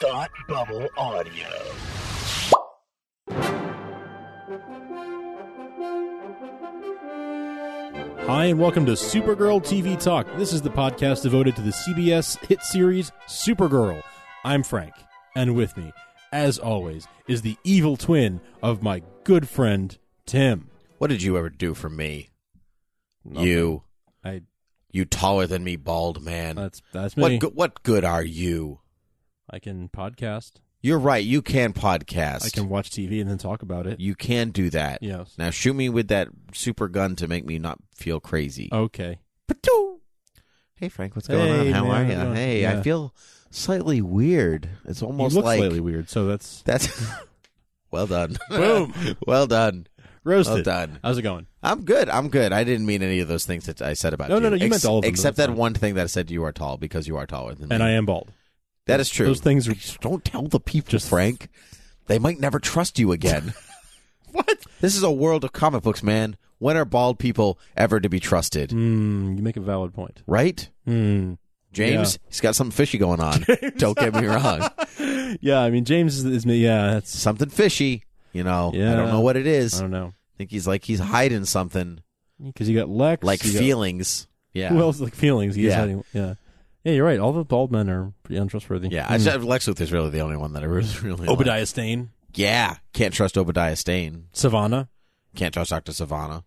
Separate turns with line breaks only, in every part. Thought Bubble Audio.
Hi, and welcome to Supergirl TV Talk. This is the podcast devoted to the CBS hit series Supergirl. I'm Frank, and with me, as always, is the evil twin of my good friend, Tim.
What did you ever do for me?
Nothing.
You,
I,
you taller than me, bald man.
that's, that's Uh, me.
what go- what good are you?
I can podcast,
You're right. You can podcast.
I can watch TV and then talk about it.
You can do that.
Yes.
Now shoot me with that super gun to make me not feel crazy.
Okay.
Patoo! Hey Frank, what's going
Oh. Hey,
on? How
man,
are
how's
you?
it going?
Hey,
Yeah.
I feel slightly weird. It's
You
almost
look
like
slightly weird, so that's
that's well done.
Boom.
well done.
roasted.
Well done.
How's it going?
I'm good. I'm good. I didn't mean any of those things that I said about
No,
you.
no, no, you
Ex-
meant all of them,
Except
that's
that
fine.
one thing that I said you are tall because you are taller than me.
And I am bald.
That is Mm. true.
Those things are
Don't tell the people,
Just-
Frank. They might never trust you again.
what?
this is a world of comic books, man. When are bald people ever to be trusted?
Hmm. you make a valid point.
Right?
Hmm.
James, he's got something fishy going on. Don't get me wrong.
Yeah, I mean, James is, is me. Yeah, that's.
Something fishy, you know. I
Yeah.
don't know what it
I
is. I
don't know.
think he's like he's hiding something,
Because you got Lex,
like
you got-
feelings. Yeah.
Well, it's like feelings. He's
Yeah.
hiding- yeah. Yeah, you're right. All the bald men are pretty untrustworthy.
yeah,
Hmm.
I just, Lex Luthor's really the only one that I really, really like.
Obadiah Stane,
Yeah, can't trust Obadiah Stane.
Savannah.
Can't trust Doctor Savannah.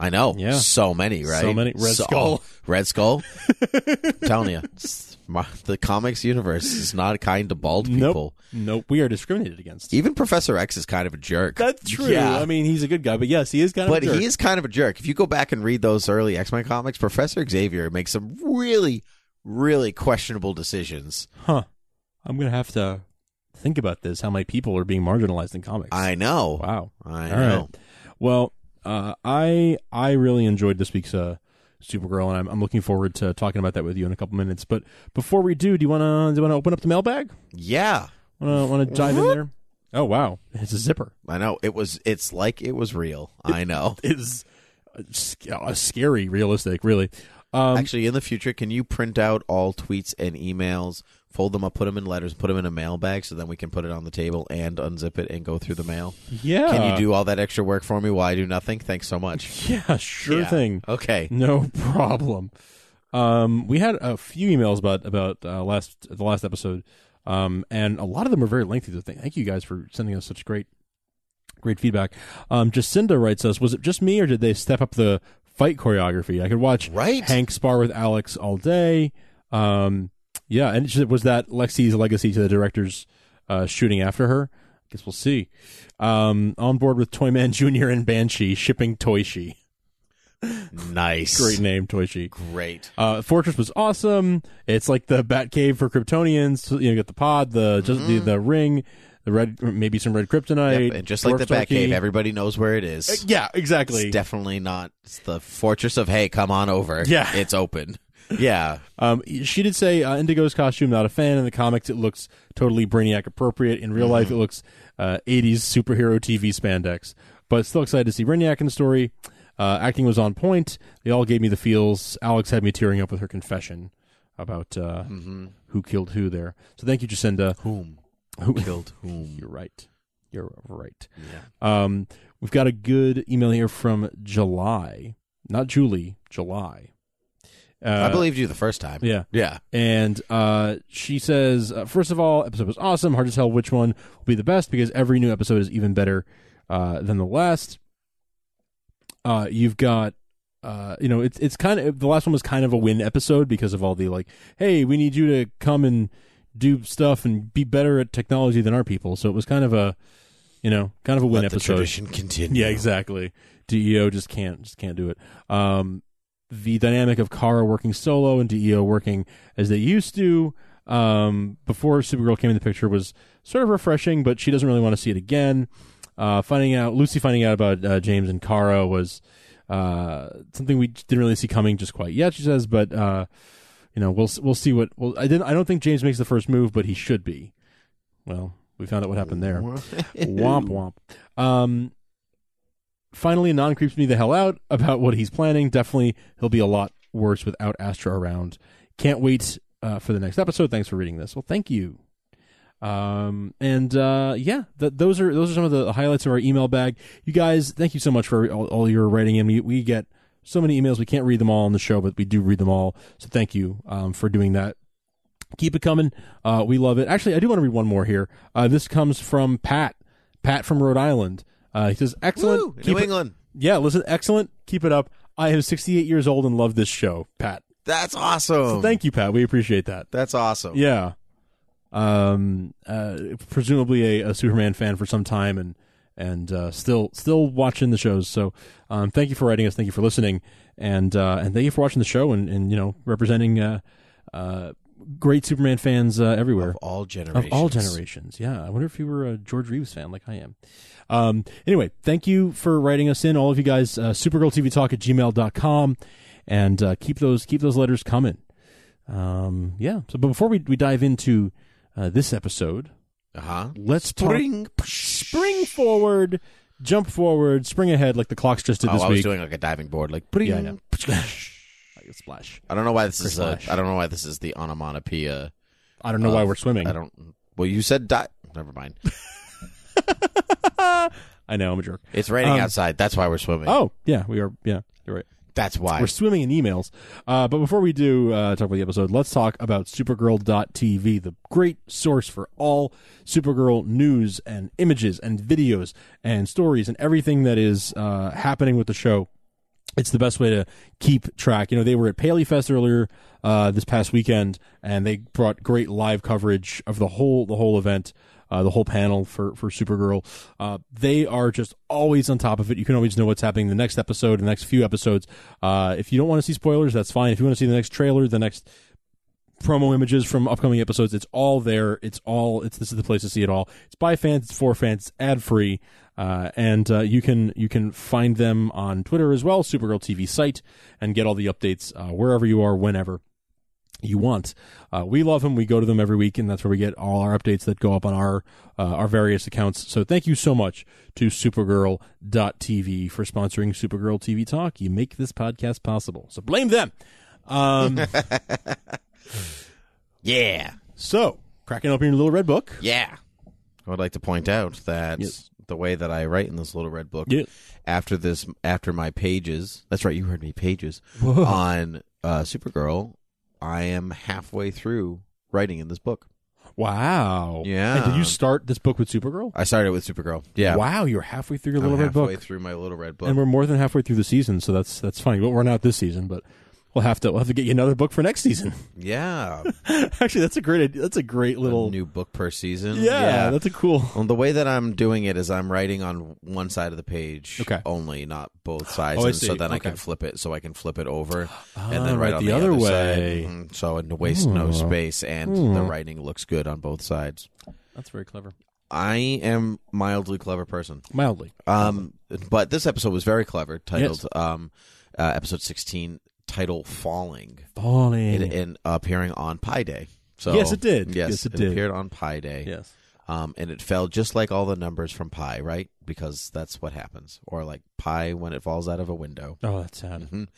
I know.
Yeah.
So many, right?
So many. Red Skull.
Red Skull. I'm telling you, it's- my- the comics universe is not kind to bald
Nope.
people.
Nope. We are discriminated against.
Even Professor X is kind of a jerk.
That's true.
Yeah.
I mean, he's a good guy, but yes, he is kind
but
of. a jerk.
he is kind of a jerk. If you go back and read those early X Men comics, Professor Xavier makes some really, really questionable decisions.
Huh. I'm gonna have to think about this. How my people are being marginalized in comics.
I know.
Wow.
I
All
know.
right. Well, uh, I I really enjoyed this week's uh, Supergirl, and I'm, I'm looking forward to talking about that with you in a couple minutes. But before we do, do you wanna do you wanna open up the mailbag?
Yeah,
Wanna wanna dive in there? Oh wow, it's a zipper.
I know. It was. It's like it was real. I know.
Is uh, scary, realistic, really. Um,
Actually, in the future, can you print out all tweets and emails, fold them up, put them in letters, put them in a mailbag, so then we can put it on the table and unzip it and go through the mail?
yeah.
Can you do all that extra work for me while I do nothing? Thanks so much.
Yeah, sure
Yeah.
thing.
Okay.
No problem. Um, we had a few emails about about uh, last the last episode, um, and a lot of them are very lengthy. So thank thank you guys for sending us such great great feedback. Um, Jacinda writes us: Was it just me, or did they step up the fight choreography? I could watch
Right?
Hank spar with Alex all day. Um, yeah, and she- was that Lexi's legacy to the directors uh, shooting after her? I guess we'll see. Um, on board with Toyman Junior and Banshee shipping Toyshi.
nice.
Great name, Toyshi.
Great.
Uh, Fortress was awesome. It's like the Batcave for Kryptonians. So, You know, you got the pod, the just the, the ring, the red, maybe some red kryptonite,
Mm-hmm. Yep, And just like the
dwarf turkey.
Batcave, everybody knows where it is.
yeah,
It's
exactly.
definitely not it's the fortress of, hey, come on over.
Yeah.
It's open. Yeah.
Um, she did say uh, Indigo's costume, not a fan. In the comics, it looks totally Brainiac appropriate. In real
Mm-hmm.
life, it looks uh, 80s superhero TV spandex. But still excited to see Brainiac in the story. Uh, acting was on point. They all gave me the feels. Alex had me tearing up with her confession about uh, who killed who there. So thank you, Jacinda.
Mm-hmm. Whom?
Who-
Killed whom?
You're right. You're right.
Yeah.
Um, we've got a good email here from July, not Julie, July. Uh,
I believed you the first time.
Yeah.
Yeah.
And uh, she says, uh, first of all, episode was awesome. Hard to tell which one will be the best because every new episode is even better uh, than the last. Uh, you've got, uh, you know, it's it's kind of the last one was kind of a win episode because of all the like, hey, we need you to come and do stuff and be better at technology than our people. So it was kind of a, you know, kind of a win
Let the
episode.
tradition continue.
Yeah, exactly. DEO just can't just can't do it. Um, the dynamic of Kara working solo and DEO working as they used to um, before Supergirl came in the picture was sort of refreshing, but she doesn't really want to see it again. Uh, finding out Lucy finding out about uh, James and Kara was uh, something we didn't really see coming just quite yet. She says, but uh, you know we'll s- we'll see what. Well, I didn't. I don't think James makes the first move, but he should be. Well, we found out what happened there womp womp. Um, finally, Non creeps me the hell out about what he's planning. Definitely, he'll be a lot worse without Astra around. Can't wait uh, for the next episode. Thanks for reading this. Well, thank you. Um and uh yeah, th- those are those are some of the highlights of our email bag. You guys, thank you so much for all, all your writing in. We we get so many emails. We can't read them all on the show, but we do read them all. So thank you um for doing that. Keep it coming. Uh we love it. Actually, I do want to read one more here. Uh this comes from Pat. Pat from Rhode Island. Uh he says excellent.
Woo!
Keep
New
it-
England.
yeah, listen, excellent. Keep it up. I am 68 years old and love this show, Pat.
That's awesome.
Thank you, Pat. We appreciate that.
That's awesome.
Yeah. Um. Uh. Presumably a, a Superman fan for some time, and and uh, still still watching the shows. So, um, thank you for writing us. Thank you for listening, and uh, and thank you for watching the show, and and you know representing uh, uh, great Superman fans uh, everywhere.
Of all generations.
Of all generations, yeah. I wonder if you were a George Reeves fan like I am. Um, anyway, thank you for writing us in, all of you guys. Uh, SupergirlTVTalk at gmail.com. And uh, keep those keep those letters coming. Um, yeah. So, but before we, we dive into uh, this episode,
Uh huh.
let's talk-
Spring.
spring forward, jump forward, spring ahead, like the clocks just did
Oh,
this
I was
week.
doing like a diving board, like
Yeah, I know. like a splash.
I don't know why this
Chris
is. A,
Lash.
I don't know why this is the onomatopoeia.
I don't know
Uh,
why we're swimming.
I don't. Well, you said di Never mind.
I know I'm a jerk.
It's raining
Um,
outside. That's why we're swimming.
Oh, yeah, we are. Yeah, you're right.
that's why.
We're swimming in emails. Uh, but before we do uh, talk about the episode, let's talk about Supergirl.tv, the great source for all Supergirl news and images and videos and stories and everything that is uh, happening with the show. It's the best way to keep track. You know, they were at Paley Fest earlier uh, this past weekend, and they brought great live coverage of the whole the whole event, uh, the whole panel for for Supergirl. Uh, they are just always on top of it. You can always know what's happening in the next episode, the next few episodes. Uh, if you don't want to see spoilers, that's fine. If you want to see the next trailer, the next promo images from upcoming episodes, it's all there. It's all it's this is the place to see it all. It's by fans, it's for fans, it's ad free. Uh, and uh, you can you can find them on Twitter as well, Supergirl TV site, and get all the updates uh, wherever you are, whenever you want. Uh, we love them. We go to them every week, and that's where we get all our updates that go up on our uh, our various accounts. So thank you so much to Supergirl.tv for sponsoring Supergirl TV Talk. You make this podcast possible. So blame them. Um,
yeah.
so cracking open your little red book.
Yeah. I would like to point out that
Yes.
the way that I write in this little red book
Yeah.
after this after my pages that's right, you heard me pages
Whoa.
on uh Supergirl, I am halfway through writing in this book.
Wow.
Yeah.
And did you start this book with Supergirl?
I started with Supergirl. Yeah.
Wow, you're halfway through your
I'm
little red
halfway
book.
through my little red book.
and we're more than halfway through the season, so that's that's funny. But we're not this season, but we'll have to we'll have to get you another book for next season.
yeah.
Actually, that's a great idea. that's a great little
A new book per season.
yeah, that's a cool.
Well, the way that I'm doing it is I'm writing on one side of the page
Okay.
only, not both sides,
Oh, I
and so
see.
then I
Okay.
can flip it, so I can flip it over
Ah,
and then
right
write on
the
the,
other
side.
way. Hmm.
Mhm. So it wastes no
Ooh.
space, and the
Mm.
writing looks good on both sides.
That's very clever.
I am mildly clever person,
Mildly.
um, but this episode was very clever, titled um, uh, episode sixteen, title "Falling,"
Falling.
and, and appearing on Pi Day. So
Yes, it did.
Yes,
Yes, it
it,
did.
appeared on Pi Day.
yes.
Um, and it fell just like all the numbers from pi, right? Because that's what happens. Or like pi when it falls out of a window.
Oh, that's sad.
Mhm.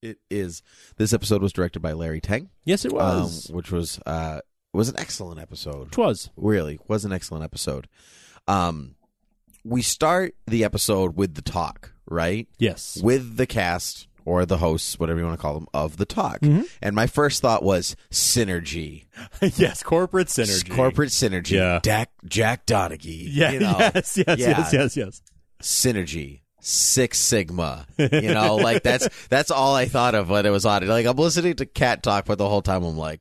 It is. This episode was directed by Larry Tang,
Yes, it
um,
was.
which was uh, was an excellent episode.
Twas.
Really, was an excellent episode. Um, we start the episode with the talk, right?
Yes.
With the cast or the hosts, whatever you want to call them, of the talk.
Mm-hmm.
And my first thought was synergy.
yes, corporate synergy.
Corporate synergy.
Yeah.
Dak, Jack Donaghy.
Yeah.
You know,
yes, yes, yes,
yeah.
yes, yes.
synergy six sigma you know like that's that's all i thought of when it was on like i'm listening to cat talk but the whole time i'm like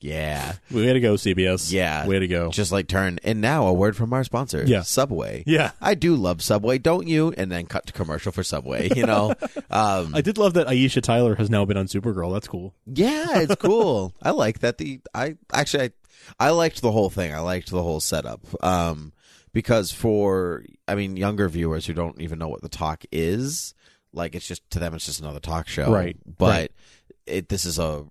yeah
Way to go, CBS.
Yeah.
Way to go.
just like turn and now a word from our sponsor
Yeah.
subway
yeah.
i do love subway don't you and then cut to commercial for subway you know um
I did love that Aisha Tyler has now been on Supergirl. That's cool.
yeah it's cool i like that the i actually i i liked the whole thing i liked the whole setup um because for i mean younger viewers who don't even know what the talk is like it's just to them it's just another talk show
Right,
but
right.
it this is a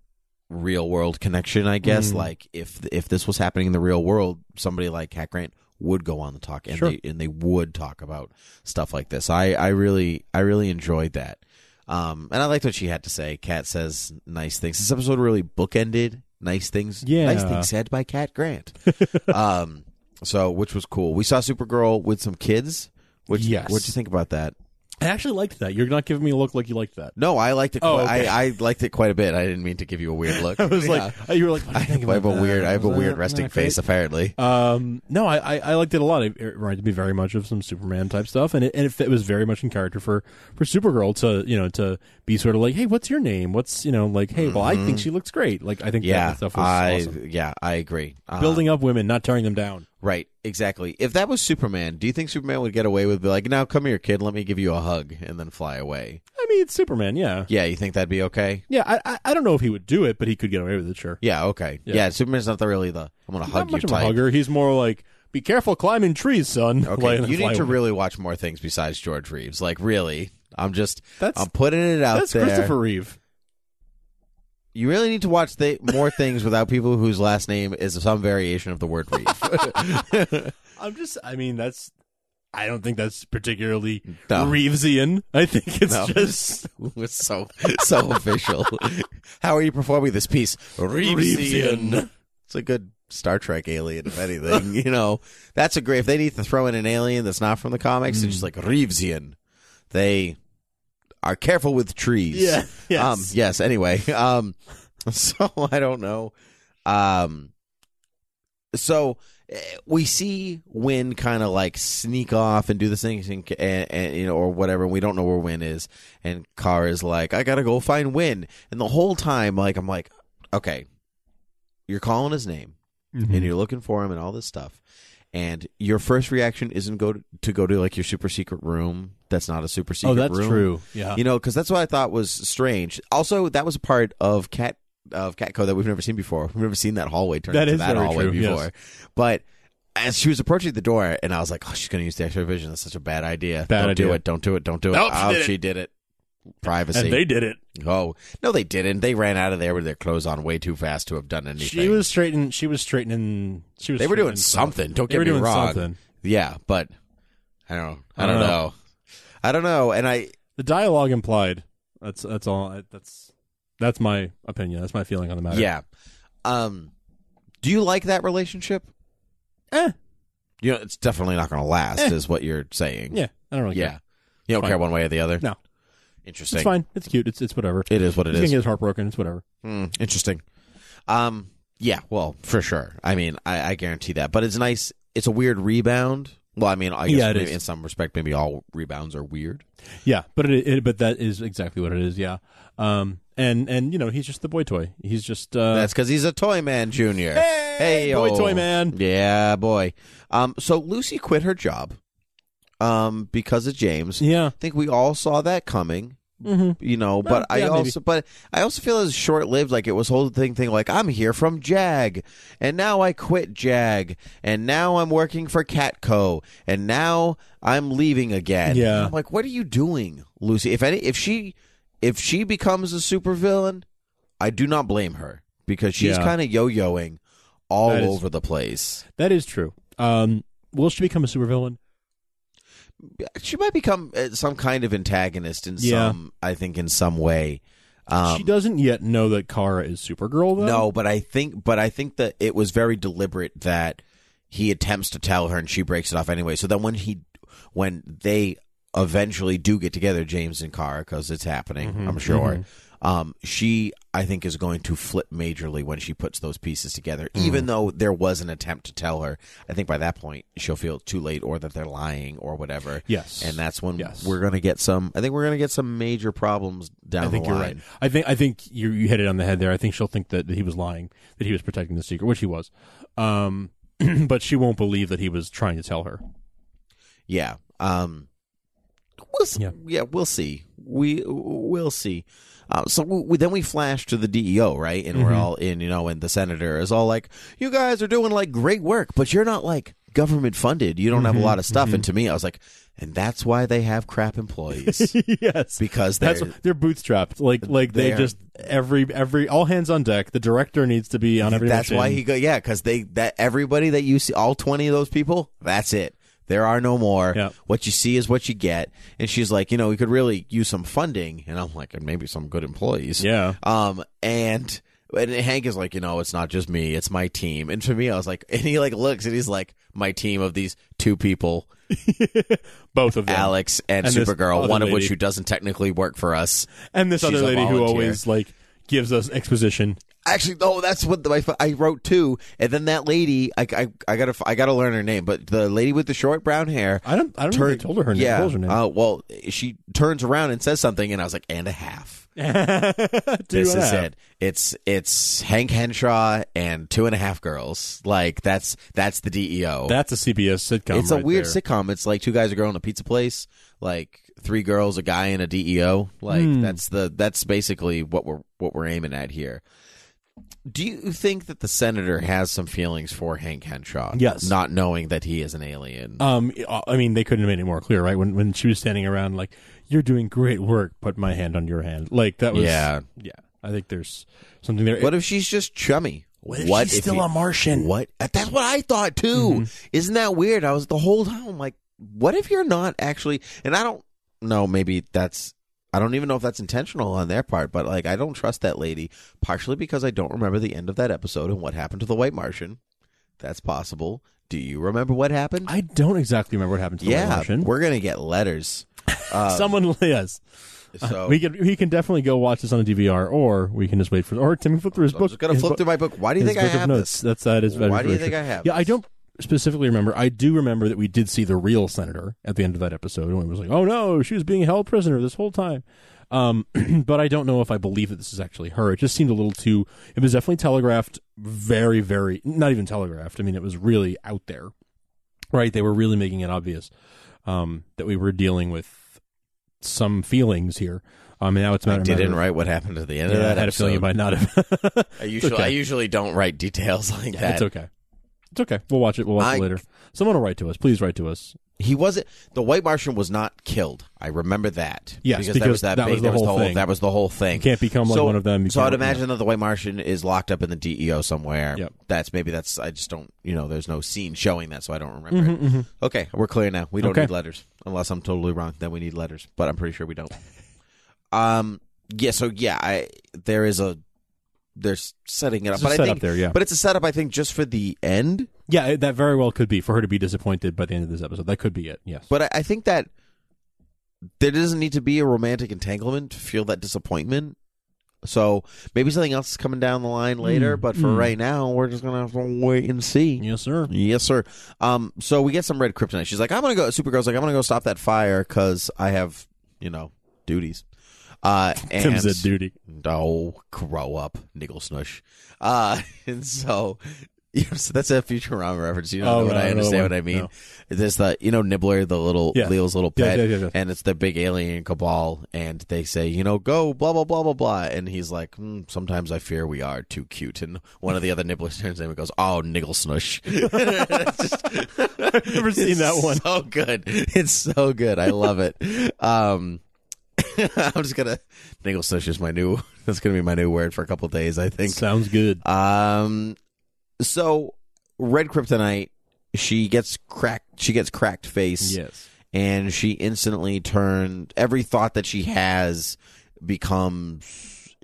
real world connection i guess
Mm.
like if if this was happening in the real world somebody like Cat grant would go on the talk and
Sure.
they and they would talk about stuff like this i i really i really enjoyed that um and i liked what she had to say Cat says nice things this episode really bookended nice things.
Yeah.
nice things said by Cat Grant. um, so which was cool. We saw Supergirl with some kids. Which
Yes.
what'd you think about that?
I actually liked that. You're not giving me a look like you liked that.
No, I liked it.
Oh,
qui-
okay.
I, I liked it quite a bit. I didn't mean to give you a weird look.
I was
Yeah.
like, you were like, what do
I
you think
have a
about that?
weird, I have a
Was
weird
that-
resting
isn't that
face. Apparently,
Um, no, I, I, I liked it a lot. It, it reminded me very much of some Superman type stuff, and it, and it, fit- was very much in character for, for Supergirl to you know to be sort of like, hey, what's your name? What's you know like, hey, well, I think she looks great. Like I think
Mm-hmm. yeah,
that stuff was
I,
awesome.
yeah, I agree. Uh,
Building up women, not tearing them down.
right, exactly. If that was Superman, do you think Superman would get away with be like, "Now come here, kid, let me give you a hug," and then fly away?
I mean, it's Superman. Yeah,
Yeah, you think that'd be okay?
yeah. I, I, I don't know if he would do it, but he could get away with it. Sure.
Yeah, okay.
Yeah.
Yeah, Superman's not the really the I'm gonna hug
not much
you
of a
type.
hugger. He's more like, be careful climbing trees, son.
Okay,
Like, and
you
fly
need to
away.
really watch more things besides George Reeves. Like, really, I'm just
That's-
I'm putting it out
That's
there.
Christopher Reeve.
You really need to watch th- more things without people whose last name is some variation of the word Reeve.
I'm just. I mean, that's. I don't think that's particularly
No.
Reevesian. I think it's
No.
just
was so so official. How are you performing this piece?
Reevesian.
It's a good Star Trek alien, if anything. you know, that's a great. If they need to throw in an alien that's not from the comics, it's just like Reevesian. They are careful with trees.
Yeah. Yes.
Um. Yes. Anyway. Um. So I don't know. Um. So eh, we see Win kind of like sneak off and do this thing, and, and, and you know, or whatever. And we don't know where Win is, and Kara is like, "I gotta go find Win." And the whole time, like, I'm like, "Okay, you're calling his name,
Mm-hmm.
and you're looking for him, and all this stuff." And your first reaction isn't go to, to go to like your super secret room. That's not a super secret.
oh, that's
room
true. Yeah.
you know because that's what i thought was strange also that was a part of cat of catco that we've never seen before we've never seen that hallway turn
That
into
is
that
very
hallway
true, yes.
before but as she was approaching the door and i was like oh she's gonna use the extra vision that's such a bad idea
Bad
don't do
idea.
it don't do it don't do it
Nope, she
oh
did it.
she did it privacy
and they did it.
oh no they didn't they ran out of there with their clothes on way too fast to have done anything
She was straightening. She was straightening. She was.
they were doing
straightening
something don't
They
get
were
me
doing
wrong
something.
yeah but i don't i
I
don't
don't know.
know i don't know and i
The dialogue implied. That's that's all. I- That's that's my opinion. That's my feeling on the matter.
Yeah. Um, do you like that relationship?
Eh.
You know, it's definitely not going to last,
Eh.
is what you're saying.
Yeah. I don't really.
Yeah.
Care.
You don't
Fine.
care one way or the other.
No.
Interesting.
It's fine. It's cute. It's it's whatever.
It is what it
He's gonna
is.
get his heart broken. It's whatever.
Hmm, interesting. Um, yeah. Well, for sure. I mean, I, I guarantee that. But it's nice. It's a weird rebound. Well, I mean, I guess
Yeah, it
maybe
is.
in some respect, maybe all rebounds are weird.
Yeah, but it, it but that is exactly what it is. Yeah. Um. And and you know he's just the boy toy. He's just uh.
That's because he's a toy man, Junior.
hey, boy
Hey-o.
toy man.
Yeah, boy. Um, so Lucy quit her job, um, because of James.
Yeah.
I think we all saw that coming.
Mm-hmm.
you know.
Well,
but I
yeah, maybe.
also, but I also feel it's short lived. Like it was whole thing thing. Like I'm here from Jag, and now I quit Jag, and now I'm working for Catco, and now I'm leaving again.
Yeah.
I'm like, what are you doing, Lucy? If any, if she, if she becomes a supervillain, I do not blame her because she's
Yeah.
kind of yo-yoing all
That is-
over the place.
That is true. Um, will she become a supervillain?
She might become uh, some kind of antagonist in
Yeah.
some, I think, in some way. Um,
she doesn't yet know that Kara is Supergirl, though.
No, but I think but I think that it was very deliberate that he attempts to tell her and she breaks it off anyway. So then when he when they eventually do get together, James and Kara, because it's happening,
Mm-hmm.
I'm sure. Um, she I think is going to flip majorly when she puts those pieces together.
Mm-hmm.
Even though there was an attempt to tell her, I think by that point she'll feel too late, or that they're lying, or whatever.
Yes.
and that's when
Yes.
we're gonna get some. I think we're gonna get some major problems down
I think
the
you're
line.
right. I think I think you you hit it on the head there. I think she'll think that, that he was lying, that he was protecting the secret, which he was. Um, but she won't believe that he was trying to tell her.
Yeah. Um. We'll see. Yeah.
Yeah.
we'll see. We we'll see. Uh, so we, then we flash to the DEO, right? And
Mm-hmm.
we're all in, you know, and the senator is all like, "You guys are doing like great work, but you're not like government funded. You don't have
Mm-hmm.
a lot of stuff." And to me, I was like, "And that's why they have crap employees
yes,
because
that's
they're-
they're bootstrapped. Like like they
They're-
just every every all hands on deck. The director needs to be on every.
That's
mission.
why he go. Yeah, because they that everybody that you see, all twenty of those people. That's it. There are no more.
Yeah.
What you see is what you get. And she's like, you know, we could really use some funding. And I'm like, and maybe some good employees.
Yeah.
Um. And and Hank is like, you know, it's not just me, it's my team. And for me, I was like, and he like looks and he's like, my team of these two people,
Both of them.
Alex and,
And this
Supergirl,
other
one of which
lady.
who doesn't technically work for us.
and this
She's
other
a
lady who
volunteer.
always like gives us exposition.
Actually, no, that's what the, I, I wrote too. And then that lady, I, I, I gotta, I gotta learn her name. But the lady with the short brown hair,
I don't. I don't know. if they told her her name.
yeah,
Told her name.
uh, well, she turns around and says something, and I was like, and a half.
Two
this
and a
is
half.
it. It's it's Hank Henshaw and two and a half girls. Like that's that's the E DEO.
That's a CBS sitcom.
it's a
right
weird
there.
sitcom. It's like two guys, a girl, in a pizza place. Like three girls, a guy, and a DEO. Like
Hmm.
that's the that's basically what we're what we're aiming at here. Do you think that the senator has some feelings for Hank Henshaw?
Yes.
not knowing that he is an alien.
Um, I mean, they couldn't have made it more clear, right? When when she was standing around, like, "You're doing great work. Put my hand on your hand." Like that was.
Yeah.
yeah. I think there's something there.
what if she's just chummy?
she's
if
still
he-
a Martian?
What? That's what I thought too.
Mm-hmm.
Isn't that weird? I was the whole time I'm like, what if you're not actually? And I don't know. Maybe that's. I don't even know if that's intentional on their part, but like I don't trust that lady, partially because I don't remember the end of that episode and what happened to the White Martian. That's possible. Do you remember what happened?
I don't exactly remember what happened to the
yeah,
Martian.
we're gonna get letters. Um,
Someone yes.
so
Uh, we can we can definitely go watch this on a DVR, or we can just wait for. Or Timmy flip through his
I'm
book.
just gonna
his
flip
book-
through my book. Why do you
his
think I
book of
have
notes.
this?
That's that is. that is
Why do you
very
think
true.
I have
Yeah, I
this?
don't specifically remember. I do remember that we did see the real senator at the end of that episode, and it was like, "Oh no, she was being held prisoner this whole time." Um, but I don't know if I believe that this is actually her. It just seemed a little too. It was definitely telegraphed, very, very not even telegraphed. I mean, it was really out there, right? They were really making it obvious um, that we were dealing with some feelings here. Um, and now it's a
I
matter. matter
didn't
of-
write what happened at the end
Yeah,
of that.
I had a
episode.
feeling you might not have.
I usually
okay.
I usually don't write details like that.
It's okay. It's okay. We'll watch it. We'll watch
I-
it later. Someone will write to us. Please write to us.
He wasn't. The White Martian was not killed. I remember that.
Yes, because that was the
that was
whole
the
thing.
That was the whole thing.
You can't become like
so,
one of them. You
so I'd
can't-
imagine that the White Martian is locked up in the DEO somewhere.
Yep.
That's maybe that's. I just don't. You know, there's no scene showing that, so I don't remember. it. Okay, we're clear now. We don't
Mm-hmm. Okay.
need letters, unless I'm totally wrong. Then we need letters, but I'm pretty sure we don't. um. Yeah. So yeah, I there is a. They're setting it up,
It's a
but I
setup
think,
there, yeah.
But it's a setup, I think, just for the end.
Yeah, it- that very well could be for her to be disappointed by the end of this episode. That could be it. Yes.
But I, I think that there doesn't need to be a romantic entanglement to feel that disappointment. So maybe something else is coming down the line later,
Mm,
but for
mm.
right now, we're just gonna have to wait and see.
yes, sir.
Yes, sir. Um, so we get some red kryptonite. She's like, I'm gonna go. Supergirl's like, I'm gonna go stop that fire because I have, you know, duties. Uh, and
Tim said duty.
no, grow up, niggle snush. Uh, and so, you know, so that's a Futurama reference. You know
Oh,
what
no,
I
no,
understand
no,
what I mean.
no.
There's the you know Nibbler, the little
Yeah.
Leo's little
Yeah,
pet,
yeah, yeah, yeah.
and it's the big alien cabal, and they say you know go blah blah blah blah blah, and he's like hmm, sometimes I fear we are too cute, and one of the other Nibblers turns to him and goes oh niggle snush. I've
never seen that one.
So good, it's so good. I love it. Um, I'm just gonna Niggle snush is my new. That's gonna be my new word for a couple days, I think.
Sounds good.
Um, so red kryptonite. She gets cracked. She gets cracked face,
Yes.
and she instantly turned. Every thought that she has becomes.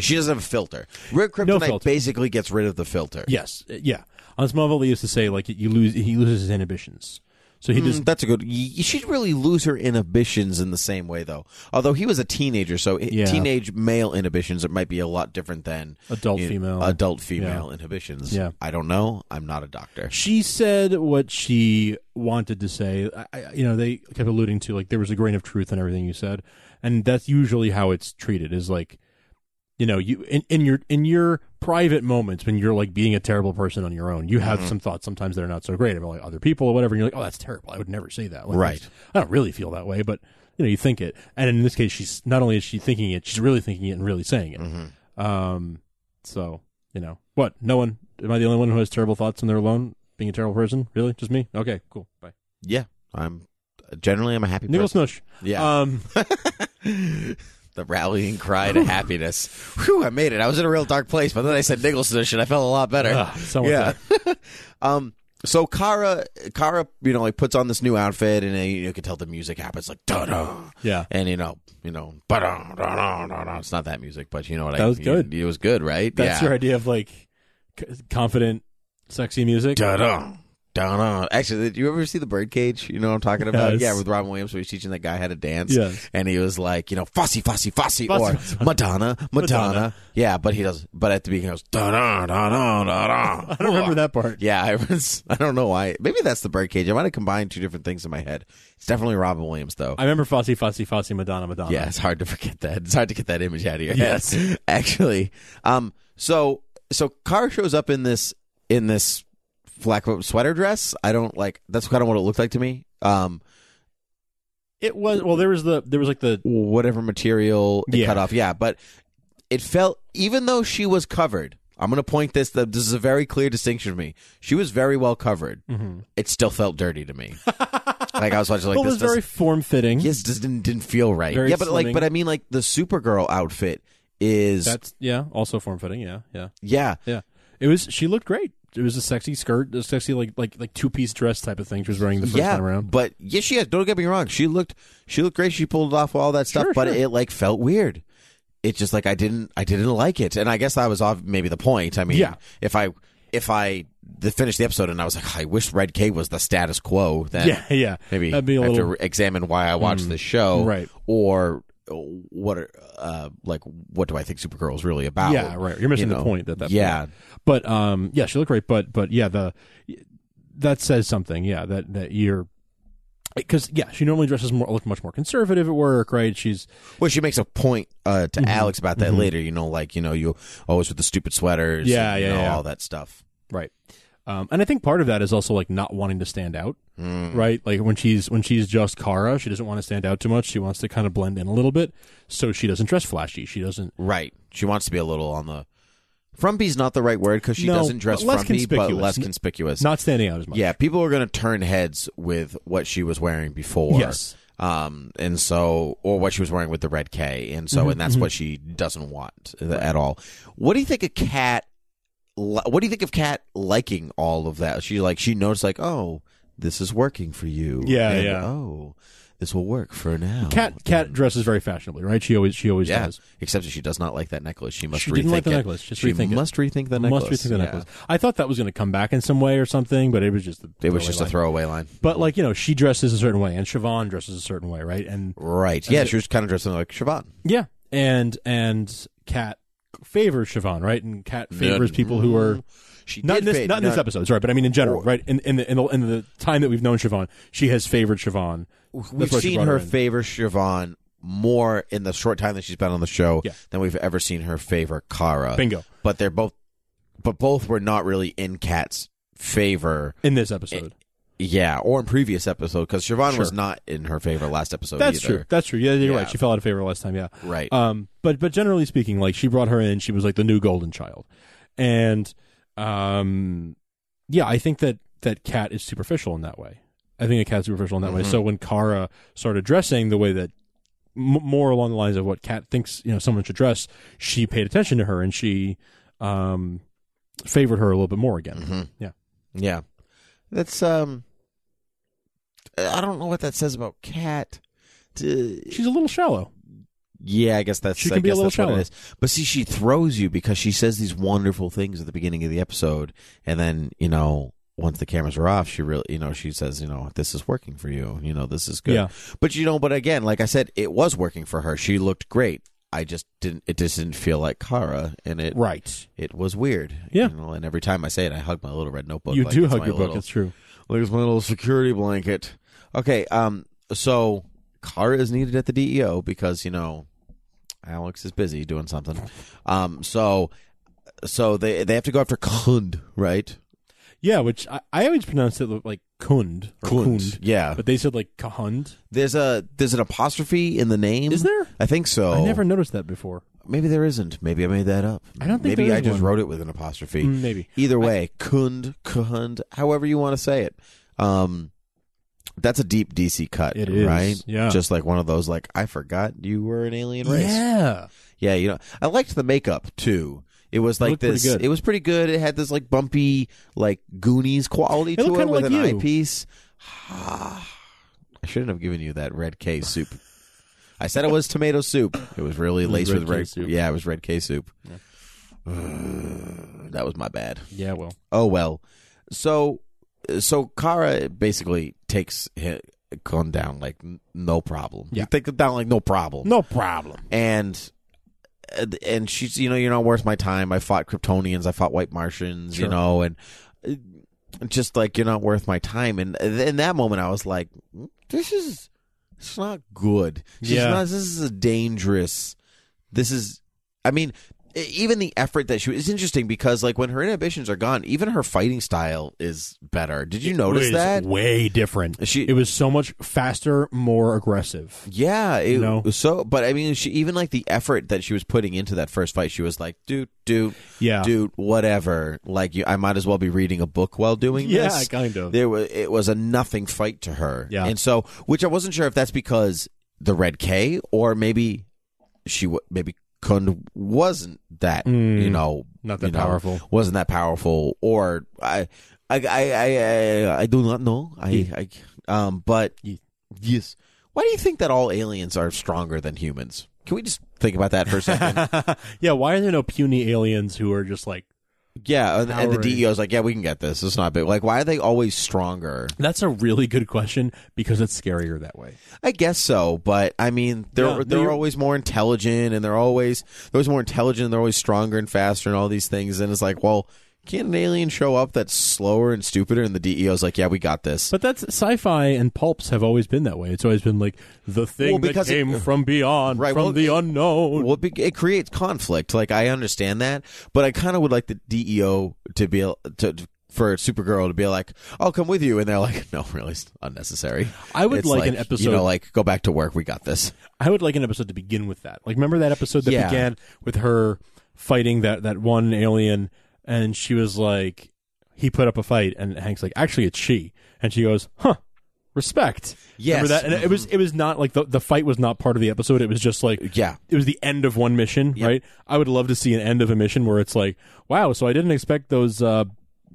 She doesn't have a filter. Red kryptonite
filter.
basically gets rid of the filter.
Yes. Uh, Yeah. On Smallville, he used to say like you lose. He loses his inhibitions. So he
Mm,
just
that's a good. You should really lose her inhibitions in the same way, though. Although he was a teenager, so i-
Yeah.
teenage male inhibitions it might be a lot different than
adult
you know,
female.
adult female inhibitions.
Yeah.
I don't know. I'm not a doctor.
she said what she wanted to say. I, I, you know, they kept alluding to like there was a grain of truth in everything you said, and that's usually how it's treated. Is like, you know, you in, in your in your private moments when you're like being a terrible person on your own, you have
Mm-hmm.
some thoughts sometimes that are not so great about like other people or whatever. And you're like, oh, that's terrible. I would never say that. Like,
Right.
I don't really feel that way, but you know, you think it. And in this case, she's not only is she thinking it, she's really thinking it and really saying it.
Mm-hmm.
Um, so you know what? No one. Am I the only one who has terrible thoughts when they're alone? Being a terrible person? Really? Just me? Okay, cool. Bye.
Yeah, I'm generally I'm a happy
Nickel
person.
Snush.
Yeah,
Um,
the rallying cry to happiness. Whew, I made it. I was in a real dark place, but then I said Nickel Snush, and I felt a lot better.
ah, someone
yeah. um, so Kara, Kara, you know, like puts on this new outfit, and uh, you, you can tell the music happens like da da,
Yeah.
and you know, you know, ba da da da da. It's not that music, but you know what?
That
I,
was good.
It, was good, right?
That's
yeah.
your idea of like c- confident, sexy music.
Da da da da. Actually, did you ever see the Birdcage? You know what I'm talking about?
Yes.
Yeah, with Robin Williams, where he's teaching that guy how to dance.
Yes.
and he was like, you know, fussy, fussy, fussy,
Fussy,
or
fussy, fussy.
Madonna, Madonna,
Madonna.
Yeah, but he does. But at the beginning, he goes da da da da da da.
I don't remember that part.
Yeah, I was. I don't know why. Maybe that's the birdcage. I might have combined two different things in my head. It's definitely Robin Williams, though.
I remember Fosse, Fosse, Fosse, Madonna, Madonna.
yeah, it's hard to forget that. It's hard to get that image out of your head.
Um, Yes.
actually. Um. So so Car shows up in this in this black sweater dress. I don't like. That's kind of what it looked like to me. Um.
It was well. There was the there was like the
Whatever material it
Yeah.
cut off. Yeah, but it felt even though she was covered. I'm going to point this. That this is a very clear distinction for me. She was very well covered.
Mm-hmm.
It still felt dirty to me. like I was watching. Like
well, it
this
was
doesn't-
very form fitting.
Yes, just didn't didn't feel right.
Very
yeah, but
slimming.
like, but I mean, like the Supergirl outfit is
That's yeah, also form fitting. Yeah, yeah,
yeah,
yeah. It was. She looked great. It was a sexy skirt, a sexy like like like two piece dress type of thing she was wearing the first
yeah.
time around.
But yes, she has. Don't get me wrong. She looked she looked great. She pulled off all that stuff,
Sure,
but
sure.
it like felt weird. It just like I didn't I didn't like it, and I guess that was off maybe the point. I mean,
Yeah.
if I if I the, finished the episode and I was like, I wish Red K was the status quo. Then
Yeah, yeah.
maybe
that'd be a
I have
little. Hmm.
to re- examine why I watched this show,
right.
Or what? Are, uh, like, what do I think Supergirl is really about?
yeah, right. You're missing
you
the
know,
point at that.
yeah.
point. but um, yeah, she looked great. But but yeah, the that says something. Yeah, that that you're because yeah, she normally dresses more, look much more conservative at work, right? She's
Well, she makes a point uh, to
Mm-hmm.
Alex about that later. You know, like you know, you always with the stupid sweaters,
Yeah,
and,
yeah,
you know,
yeah.
all that stuff.
Right. Um, and I think part of that is also like not wanting to stand out,
Mm,
right? Like when she's when she's just Kara, she doesn't want to stand out too much. She wants to kind of blend in a little bit, so she doesn't dress flashy. She doesn't.
Right. She wants to be a little on the frumpy's not the right word because she
No,
doesn't dress
but less
frumpy, but
conspicuous.
less
N-
conspicuous.
Not standing out as much.
yeah, people are going to turn heads with what she was wearing before.
Yes.
Um, and so, or what she was wearing with the red K, and
Mm-hmm,
so, and that's what she doesn't want uh, at all. What do you think of Cat? li- What do you think of Cat liking all of that? She like she knows like, oh, this is working for you.
Yeah,
and,
yeah.
Oh, this will work for now.
Cat cat dresses very fashionably, right? She always she always
Yeah,
does.
except that she does not like that necklace. She must
She
rethink
didn't like the
it.
necklace. Just
she
rethink it.
must rethink the necklace.
Must rethink the
Yeah.
necklace. I thought that was going to come back in some way or something, but it was just the
It was just a
line.
throwaway line.
But like you know, she dresses a certain way, and Siobhan dresses a certain way, right? And
Right. Yeah, she was kind of dressing like Siobhan.
Yeah, and and Cat favors Siobhan, right? And Cat favors people who are
She
not
did
in this
fade-
not in this
no,
episode, sorry, but I mean in general,
Or-
right? In in the, in the in the time that we've known Siobhan, she has favored Siobhan. That's
We've
why she
seen
brought
her,
in.
favor Siobhan more in the short time that she's been on the show
Yeah.
than we've ever seen her favor Kara.
Bingo
But they're both, but both were not really in Kat's favor.
in this episode.
Eh, Yeah, or in previous episode because Siobhan was
Sure.
not in her favor last episode.
That's true.
oh, either.
That's true. Yeah, you're
Yeah.
right. She fell out of favor last time. Yeah.
Right.
Um. But but generally speaking, like she brought her in, she was like the new golden child, and um, yeah, I think that that Cat is superficial in that way. I think that Cat's superficial in that
Mm-hmm.
way. So when Kara started dressing the way that m- more along the lines of what Kat thinks you know someone should dress, she paid attention to her and she um favored her a little bit more again.
Mm-hmm.
Yeah.
Yeah. That's um I don't know what that says about Cat.
She's a little shallow.
Yeah, I guess that's
She
I
can be a
guess
little
that's what
shallow.
it is. But see, she throws you because she says these wonderful things at the beginning of the episode, and then you know once the cameras are off, she really you know she says you know this is working for you, you know this is good.
Yeah.
But you know, but again, like I said, it was working for her. She looked great. I just didn't. It just didn't feel like Kara, and it
Right.
it was weird.
Yeah.
You know, and every time I say it, I hug my little red notebook.
you
like
do
it's
hug
my
your book.
little-
It's true.
Look, it's my little security blanket. Okay, um, so Kara is needed at the DEO because you know Alex is busy doing something. Um, so so they they have to go after Kund, right?
Yeah, which I, I always pronounced it like Kund. Or Kund.
yeah.
But they said like Kahund.
There's a there's an apostrophe in the name.
Is there?
I think so.
I never noticed that before.
Maybe there isn't. Maybe I made that up.
I don't think
Maybe
there
I
is
just
one.
wrote it with an apostrophe.
Mm, Maybe.
Either way, Kund, Kund, however you want to say it. Um, that's a deep DC cut,
It is,
right?
yeah.
just like one of those, like I forgot you were an alien race.
Yeah.
Yeah, you know, I liked the makeup too. It was like
looked pretty
this.
good.
It was pretty good. It had this like bumpy, like Goonies quality to
looked
it
kinda
with
like
an
you.
eyepiece. I shouldn't have given you that red K soup. I said it was tomato soup. It was really laced
red
with
K
red.
soup.
Yeah, it was red K soup. that was my bad.
Yeah, well,
Oh well. So so Kara basically takes hi- Gon down like n- no problem.
Yeah.
You take him down like no problem.
no problem.
And uh, and she's you know you're not worth my time. I fought Kryptonians. I fought White Martians.
Sure.
You know and uh, just like you're not worth my time. And uh, in that moment I was like, this is it's not good. She's
Yeah.
not, this is a dangerous. This is. I mean, e- even the effort that she it's interesting because like when her inhibitions are gone, even her fighting style is better. Did you
It
notice
was
that?
way different.
She-
it was so much faster, more aggressive.
Yeah, it,
No.
so but I mean, she even like the effort that she was putting into that first fight, she was like, "Dude, dude,
Yeah,
dude, whatever." Like, you, I might as well be reading a book while doing
yeah,
this.
kind of.
there was it was a nothing fight to her.
Yeah.
and so which I wasn't sure if that's because the red K or maybe she wa- maybe Kund wasn't that
Mm.
you know
Not that
you know,
powerful.
wasn't that powerful or I I I I, I, I do not know I I um but
Yeah.
yes why do you think that all aliens are stronger than humans can we just think about that for a second
yeah, why are there no puny aliens who are just like
yeah and, and the
Power
DEO is like yeah we can get this it's not big like why are they always stronger
That's a really good question because it's scarier that way.
I guess so, but I mean, they're
Yeah, no,
they're
you're-
always more intelligent, and they're always they're always more intelligent. And they're always stronger and faster, and all these things. And it's like, well, can an alien show up that's slower and stupider? And the DEO's like, yeah, we got this.
But that's sci-fi and pulps have always been that way. It's always been like the thing
Well,
that
because it-
came from beyond,
Right,
from
well,
the unknown.
well, it, be- it creates conflict. Like I understand that, but I kind of would like the DEO to be al- to for Supergirl to be like, I'll come with you, and they're like, no, really, it's unnecessary.
I would
It's
like an
you
episode-
know, like go back to work. We got this.
I would like an episode to begin with that. Like, remember that episode that
Yeah.
began with her fighting that that one alien, and she was like, he put up a fight, and Hank's like, actually, it's she, and she goes, huh, respect.
Yes.
Remember that? And it was it was not like the the fight was not part of the episode. It was just like
Yeah.
it was the end of one mission, right? I would love to see an end of a mission where it's like, wow, so I didn't expect those, uh,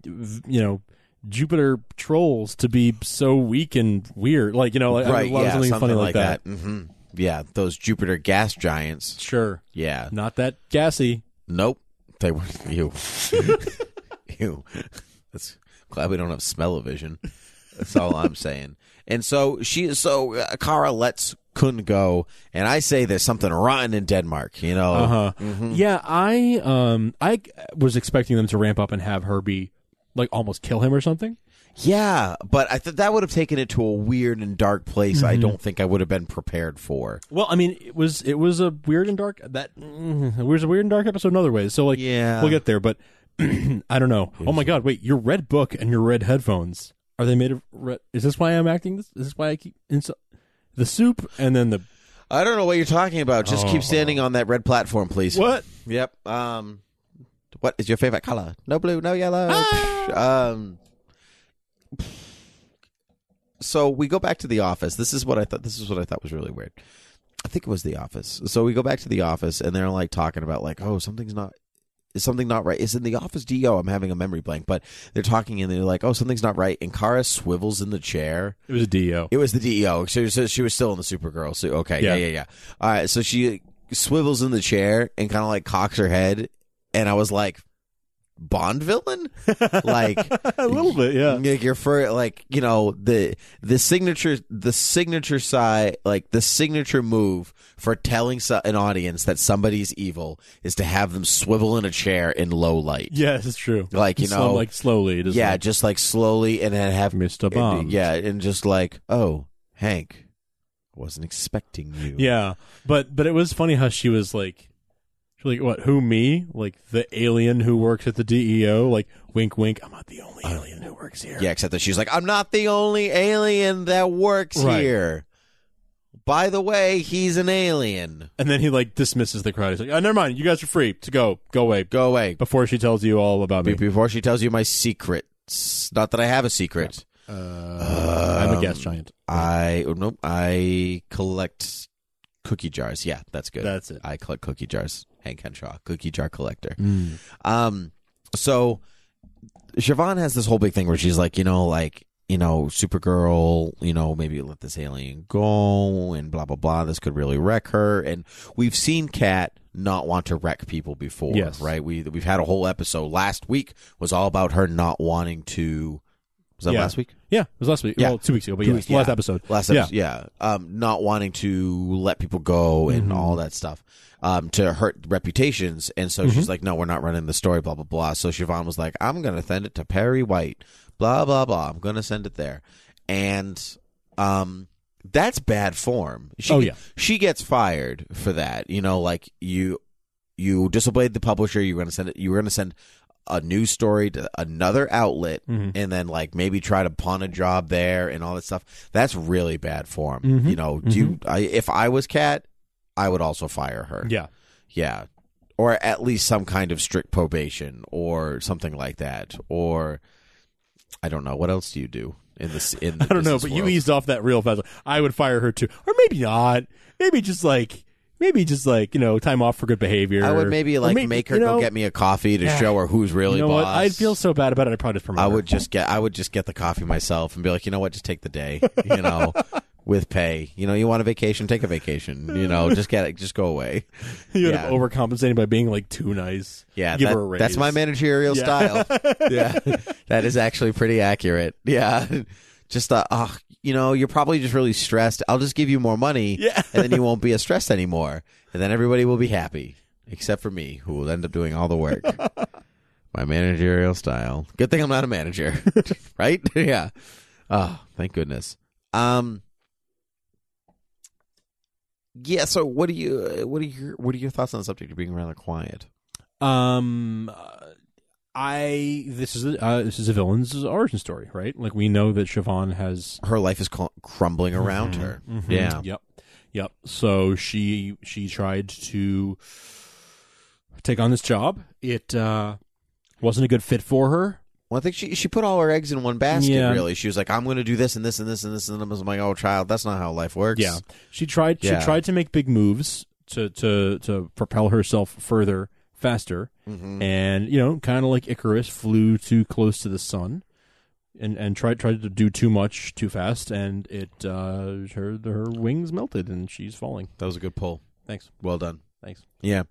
v- you know, Jupiter trolls to be so weak and weird. Like, you know, like, I would love
yeah,
something, funny like, that.
hmm Yeah, those Jupiter gas giants.
Sure.
Yeah.
Not that gassy.
Nope. They were you. you. That's glad we don't have smell of vision. That's all I'm saying. And so she so uh, Kara lets Kun go and I say there's something rotten in Denmark, you know.
Uh huh.
Mm-hmm.
Yeah, I um I was expecting them to ramp up and have her be like almost kill him or something.
Yeah, but I th- that would have taken it to a weird and dark place I don't think I would have been prepared for.
Well, I mean, it was it was a weird and dark that mm, it was a weird and dark episode in other ways. So like,
Yeah.
we'll get there. But I don't know. Oh my god! Wait, your red book and your red headphones are they made of red? Is this why I'm acting? This is this why I keep insul- the soup and then the
I don't know what you're talking about. Just
Oh.
keep standing on that red platform, please.
what?
Yep. Um, what is your favorite color? No blue, no yellow. Um. So we go back to the office. This is what I thought. This is what I thought was really weird. I think it was the office. So we go back to the office, and they're like talking about like, oh, something's not. Is something not right? It's in the office DO. I'm having a memory blank, but they're talking and they're like, "Oh, something's not right." And Kara swivels in the chair,
It was a do.
it was the DEO. She was, she was still in the Supergirl suit. Okay.
Yeah.
Yeah. Yeah. Yeah. All right. So she swivels in the chair and kind of like cocks her head. And I was like, Bond villain? like,
a little bit, yeah.
like your fur, like you know the the signature, the signature side, like the signature move for telling so- an audience that somebody's evil is to have them swivel in a chair in low light.
Yes, it's true.
Like, you
Slow-
know-
like slowly. It is
Yeah,
like,
just like slowly, and then have
Mr.
and- uh,
Bond.
yeah, and just like, oh, Hank, wasn't expecting you.
Yeah, but but it was funny how she was like, she was like what? Who me? Like the alien who works at the DEO? Like wink, wink. I'm not the only alien who works here.
Uh, yeah. Except that she's like, I'm not the only alien that works
Right.
here. By the way, he's an alien.
And then he like dismisses the crowd. He's like, oh, never mind. You guys are free to go. Go away.
Go away
Before she tells you all about
Be-
me.
before she tells you my secrets. Not that I have a secret. Um,
Uh, I'm a gas giant.
I oh, no, I collect cookie jars. Yeah, that's good.
That's it.
I collect cookie jars. Hank Henshaw, cookie jar collector. Um, so Siobhan has this whole big thing where she's like, you know, like, you know, Supergirl, you know, maybe let this alien go and blah, blah, blah. This could really wreck her. And we've seen Kat not want to wreck people before,
Yes.
right? We, we've had a whole episode. Last week was all about her not wanting to. Was that
Yeah.
last week?
Yeah, it was last week.
Yeah.
Well, two weeks ago, but
Two
yeah,
weeks,
last
yeah.
episode.
last
Yeah.
episode, yeah, Um, not wanting to let people go and
Mm-hmm.
all that stuff um, to hurt reputations. And so
Mm-hmm.
she's like, no, we're not running the story, blah, blah, blah. So Siobhan was like, I'm going to send it to Perry White, blah, blah, blah. I'm going to send it there. And um, that's bad form. She,
Oh, yeah.
She gets fired for that. You know, like you you disobeyed the publisher. You were going to send it. You were going to send a news story to another outlet,
Mm-hmm.
and then like maybe try to pawn a job there and all that stuff. That's really bad form.
Mm-hmm.
You know, do you? I, if I was Kat, I would also fire her.
Yeah.
yeah, or at least some kind of strict probation or something like that. Or I don't know what else do you do in this. In the
I don't know,
business
but you
world?
eased off that real fast. I would fire her too, or maybe not. Maybe just like, maybe just like you know, time off for good behavior.
I would maybe
Or
like
may-
make her
you know,
go get me a coffee to
Yeah.
show her who's really
You know
boss.
what? I'd feel so bad about it. I would probably just promote.
I
her.
would just get I would just get the coffee myself and be like, you know what, just take the day, you know, with pay. You know, you want a vacation, take a vacation. You know, just get it, just go away.
You would
yeah.
have overcompensated by being like too nice.
Yeah,
give
that-
her a raise.
that's my managerial
Yeah.
style. yeah, that is actually pretty accurate. Yeah, just the oh, you know, you're probably just really stressed. I'll just give you more money,
Yeah.
and then you won't be as stressed anymore, and then everybody will be happy except for me, who will end up doing all the work. my managerial style. Good thing I'm not a manager, right? yeah. Oh, thank goodness. Um. Yeah. So, what do you uh, what are your what are your thoughts on the subject? You're being rather quiet.
Um, uh, I this is a, uh, this is a villain's origin story, right? Like we know that Siobhan has
her life is cl- crumbling around her.
Mhm.
Yeah.
Yep. Yep. So she she tried to take on this job. It uh, wasn't a good fit for her.
Well, I think she she put all her eggs in one basket.
Yeah.
Really, she was like, "I'm going to do this and this and this and this," and I was like, "Oh, child, that's not how life works."
Yeah. She tried
Yeah.
she tried to make big moves to to to propel herself further, faster,
hmm
and you know, kind of like Icarus flew too close to the sun. And, and tried tried to do too much too fast, and it uh, her her wings melted, and she's falling.
that was a good pull.
Thanks,
Well done.
thanks.
Yeah.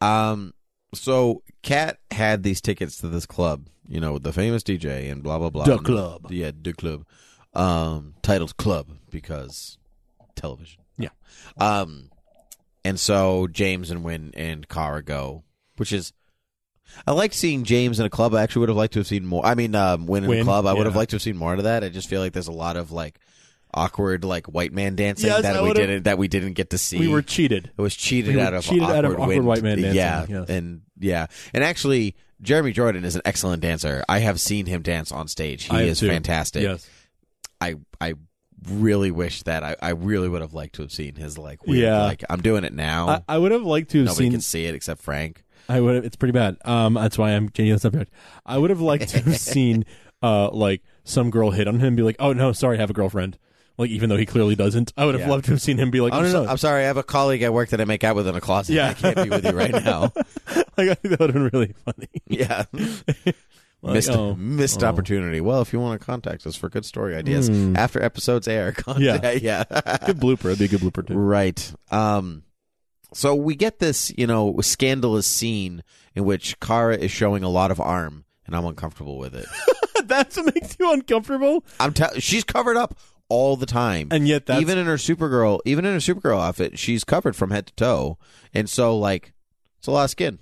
Um. So, Kat had these tickets to this club. You know, the famous DJ and blah blah blah.
The club.
Yeah, the club. Um, titled club because television.
Yeah.
Um, and so James and Win and Kara go, which is. I liked seeing James in a club. I actually would have liked to have seen more. I mean, um, Win in a
Wynn,
club. I would have
yeah.
liked to have seen more of that. I just feel like there's a lot of like awkward like white man dancing
Yes,
that
I
we
would've-
didn't that we didn't get to see.
We were cheated.
It was cheated
We were
out of
cheated
awkward
out of awkward
wind.
white man dancing,
Yeah,
yes.
and yeah, and actually, Jeremy Jordan is an excellent dancer. I have seen him dance on stage. He
I have
is
too.
fantastic.
Yes.
I I really wish that I, I really would have liked to have seen his like weird
Yeah.
like I'm doing it now.
I, I would have liked to have
Nobody
seen.
can see it except Frank.
I would. Have, it's pretty bad. Um, that's why I'm changing the subject. I would have liked to have seen, uh, like some girl hit on him and be like, "Oh no, sorry, I have a girlfriend." Like even though he clearly doesn't, I would have
Yeah.
loved to have seen him be like, "Oh
I'm,
no,
so-
no."
I'm sorry. I have a colleague at work that I make out with in a closet.
Yeah.
I can't be with you right now.
like I think that would have been really funny.
Yeah,
Like,
missed
oh, Hmm.
missed opportunity. Well, if you want to contact us for good story ideas after episodes air, contact, yeah, yeah.
good blooper. That'd be a good blooper too.
Right. Um so we get this, you know, scandalous scene in which Kara is showing a lot of arm and I'm uncomfortable with it.
that's what makes you uncomfortable.
I'm tell she's covered up all the time.
And yet that's-
even in her Supergirl, even in her Supergirl outfit, she's covered from head to toe. And so like it's a lot of skin.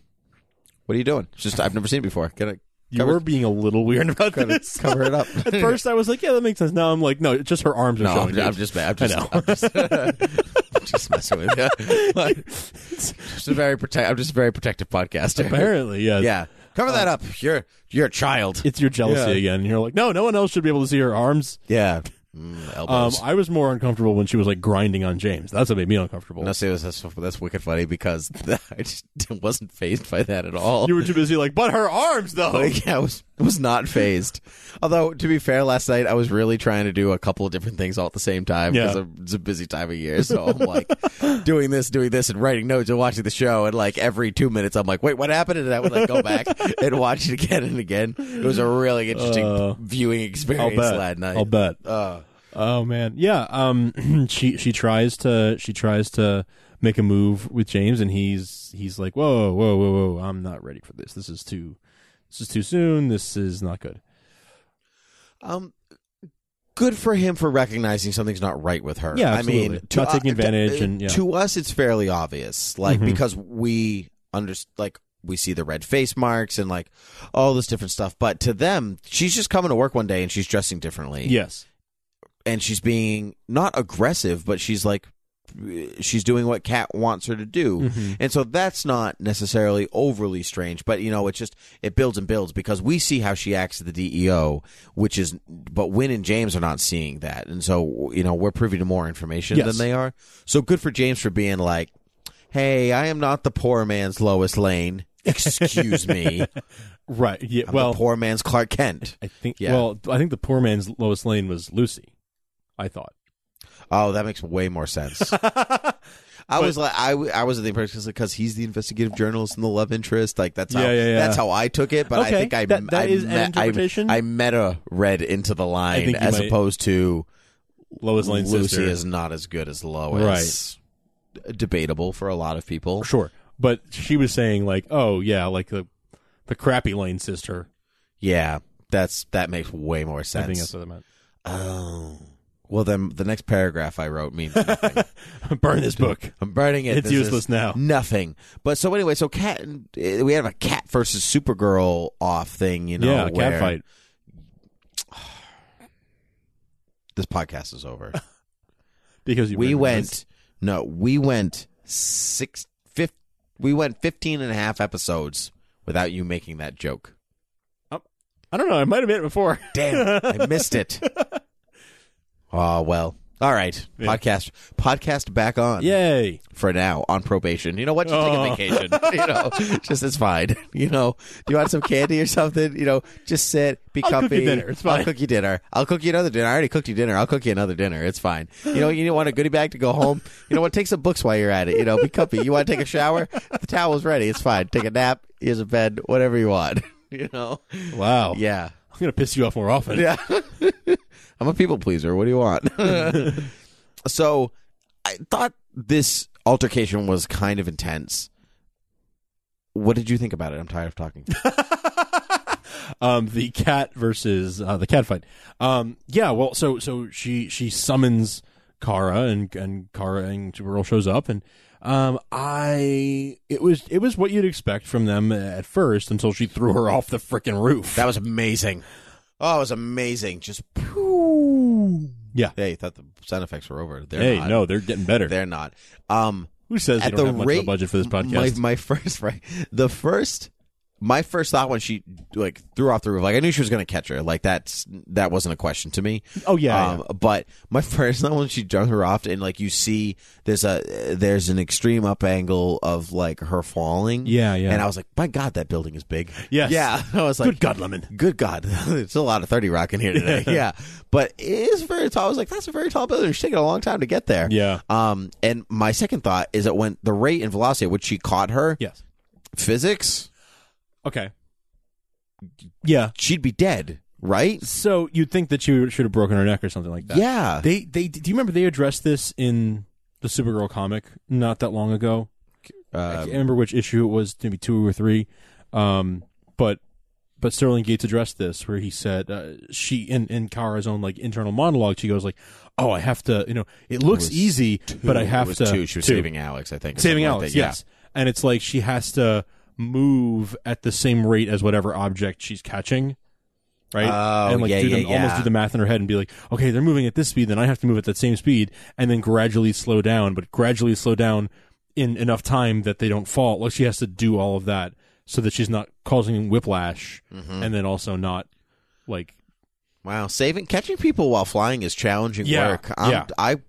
What are you doing? It's just I've never seen it before. Get it
You
cover,
were being a little weird about
cover,
this.
cover it up.
At first, I was like, "Yeah, that makes sense." Now I'm like, "No, it's just her arms are
No,
showing."
I'm,
dude.
I'm just, I'm
I
just,
know.
I'm just, I'm just messing with you. Like, just a very protect. I'm just a very protective podcaster.
apparently, Uh, yes.
Yeah, cover that up. You're, you're a child.
It's your jealousy
Yeah.
again. You're like, no, no one else should be able to see her arms.
yeah, Mm,
Um,
elbows.
I was more uncomfortable when she was like grinding on James. That's what made me uncomfortable.
no, see, that's, that's, that's wicked funny because I just wasn't phased by that at all.
You were too busy like, but her arms though.
Like, yeah, I was was not phased. Although to be fair, last night I was really trying to do a couple of different things all at the same time
Yeah.
because it's a busy time of year. So I'm like doing this, doing this, and writing notes and watching the show. And like every two minutes, I'm like, wait, what happened? And I would like go back and watch it again and again. It was a really interesting
Uh,
viewing
I'll
experience
bet.
last night.
I'll bet.
Uh,
Oh man, yeah. Um, she she tries to she tries to make a move with James, and he's he's like, whoa, whoa, whoa, whoa. I'm not ready for this. This is too this is too soon. This is not good.
um. Good for him for recognizing something's not right with her.
Yeah,
I mean,
absolutely. Not taking
uh, to-
advantage and- yeah.
to us, it's fairly obvious, like
Mhm.
because we under like we see the red face marks and like all this different stuff. But to them, she's just coming to work one day and she's dressing differently.
Yes.
and she's being not aggressive, but she's like she's doing what Kat wants her to do.
Mm-hmm.
And so that's not necessarily overly strange, but you know, it just it builds and builds because we see how she acts at the DEO, which is but Win and James are not seeing that. And so, you know, we're privy to more information
Yes.
than they are. So good for James for being like, "Hey, I am not the poor man's Lois Lane. Excuse me.
Right. Yeah.
I'm
well,
the poor man's Clark Kent."
I think.
Yeah.
Well, I think the poor man's Lois Lane was Lucy. I thought.
Oh, that makes way more sense. I was like, I, w- I was the impression because he's the investigative journalist and the love interest. Like that's how
Yeah, yeah, yeah.
that's how I took it. But
Okay,
I think I
that- that
I,
is an
me- I-
interpretation.
I, meta read into the line
think you
as
might-
opposed to
Lois Lane's
Lucy
sister.
is not as good as Lois. Right. Debatable for a lot of people.
sure, but she was saying like, oh yeah, like the the crappy Lane sister.
Yeah, that's that makes way more sense.
I think that's what I meant.
oh, well then the next paragraph I wrote means nothing.
Burn this book.
I'm burning it.
It's
This is
useless now.
Nothing. But so anyway, so cat. and- eh, We have a cat versus Supergirl off thing. You know,
yeah,
where-
cat fight.
This podcast is over.
Because you
we
were-
went. No, we went six. Fif- we went 15 and a half episodes without you making that joke.
I don't know. I might have made it before.
Damn, I missed it. Oh well. All right,
Yeah.
podcast podcast back on.
Yay!
for now on probation. You know what? Just
Oh.
take a vacation. you know, just it's fine. You know, do you want some candy or something? You know, just sit, be
I'll cook you
comfy.
dinner. It's
I'll
fine.
cook you dinner. I'll cook you another dinner. I already cooked you dinner. I'll cook you another dinner. It's fine. You know, you want a goodie bag to go home. You know what? Take some books while you're at it. You know, be comfy. You want to take a shower? The towel's ready. It's fine. Take a nap. Here's a bed. Whatever you want. You know.
Wow.
Yeah.
I'm gonna piss you off more often.
Yeah. I'm a people pleaser. What do you want? so I thought this altercation was kind of intense. What did you think about it? I'm tired of talking.
um, the cat versus uh, the cat fight. Um, yeah, well, so so she she summons Kara and and Kara and Supergirl shows up and um, I it was it was what you'd expect from them at first until she threw her off the freaking roof.
that was amazing. Oh, it was amazing. Just
yeah.
Hey, you thought the sound effects were over. They're
hey,
not.
no, they're getting better.
They're not. Um
Who says they
at
don't
the
have much
rate
of a budget for this podcast?
My, my first right the first my first thought when she like threw off the roof, like I knew she was gonna catch her. Like that's that wasn't a question to me.
oh yeah,
um, But my first thought when she jumped her off, and like you see, there's a there's an extreme up angle of like her falling.
yeah, yeah.
And I was like, my God, that building is big.
Yes.
Yeah. I was like,
Good God, Lemon.
Good God, it's a lot of thirty rock in here today. yeah, but it is very tall. I was like, that's a very tall building. It's taking a long time to get there.
Yeah.
Um, and my second thought is that when the rate and velocity at which she caught her,
Yes.
physics,
Okay. Yeah.
she'd be dead, right?
So you'd think that she should have broken her neck or something like that.
Yeah.
They they do you remember they addressed this in the Supergirl comic not that long ago? I
Uh,
can't remember which issue it was, maybe two or three. Um, but but Sterling Gates addressed this where he said uh, she in in Kara's own like internal monologue she goes like, "Oh, I have to, you know, it looks
was
easy, but I
It
have
was
to
Two. She was
two.
saving Alex, I think. or
saving
something
Alex,
like that. Yeah.
yes." And it's like she has to move at the same rate as whatever object she's catching. Right,
Oh,
and like
yeah,
do the,
yeah,
almost
yeah.
do the math in her head and be like, okay, they're moving at this speed, then I have to move at that same speed, and then gradually slow down, but gradually slow down in enough time that they don't fall. Like she has to do all of
Mm-hmm.
that so that she's not causing whiplash, and then also not like
Wow, saving catching people while flying is challenging
Yeah,
work. I'm,
yeah.
I. good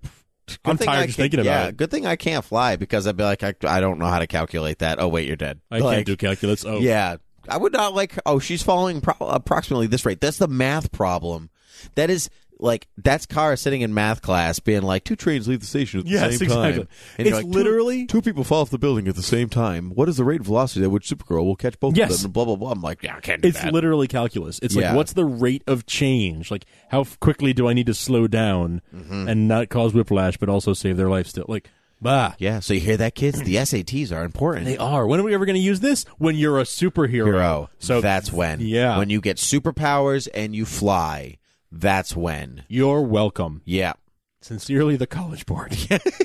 I'm
thing
tired
I
just
can-
thinking about
yeah,
it.
Good thing I can't fly because I'd be like, I, I don't know how to calculate that. Oh wait, you're dead.
I
Like,
can't do calculus. Oh,
Yeah. I would not like, oh, she's following pro- approximately this rate. That's the math problem. That is like, that's Kara sitting in math class being like, two trains leave the station at the
Yes,
same
exactly.
time. And you're
It's
like,
literally-
Two, two people fall off the building at the same time. What is the rate of velocity at which Supergirl will catch both
Yes.
of them? And blah, blah, blah. I'm like, yeah, I can't do
It's
that.
literally calculus. It's
Yeah.
like what's the rate of change? Like how f- quickly do I need to slow down
Mm-hmm.
and not cause whiplash, but also save their life still? Like, bah.
yeah, so you hear that, kids? The SATs are important.
They are. When are we ever going to use this? When you're a superhero.
Hero.
So
that's when.
yeah.
When you get superpowers and you fly, that's when.
You're welcome.
Yeah.
Sincerely, the college board.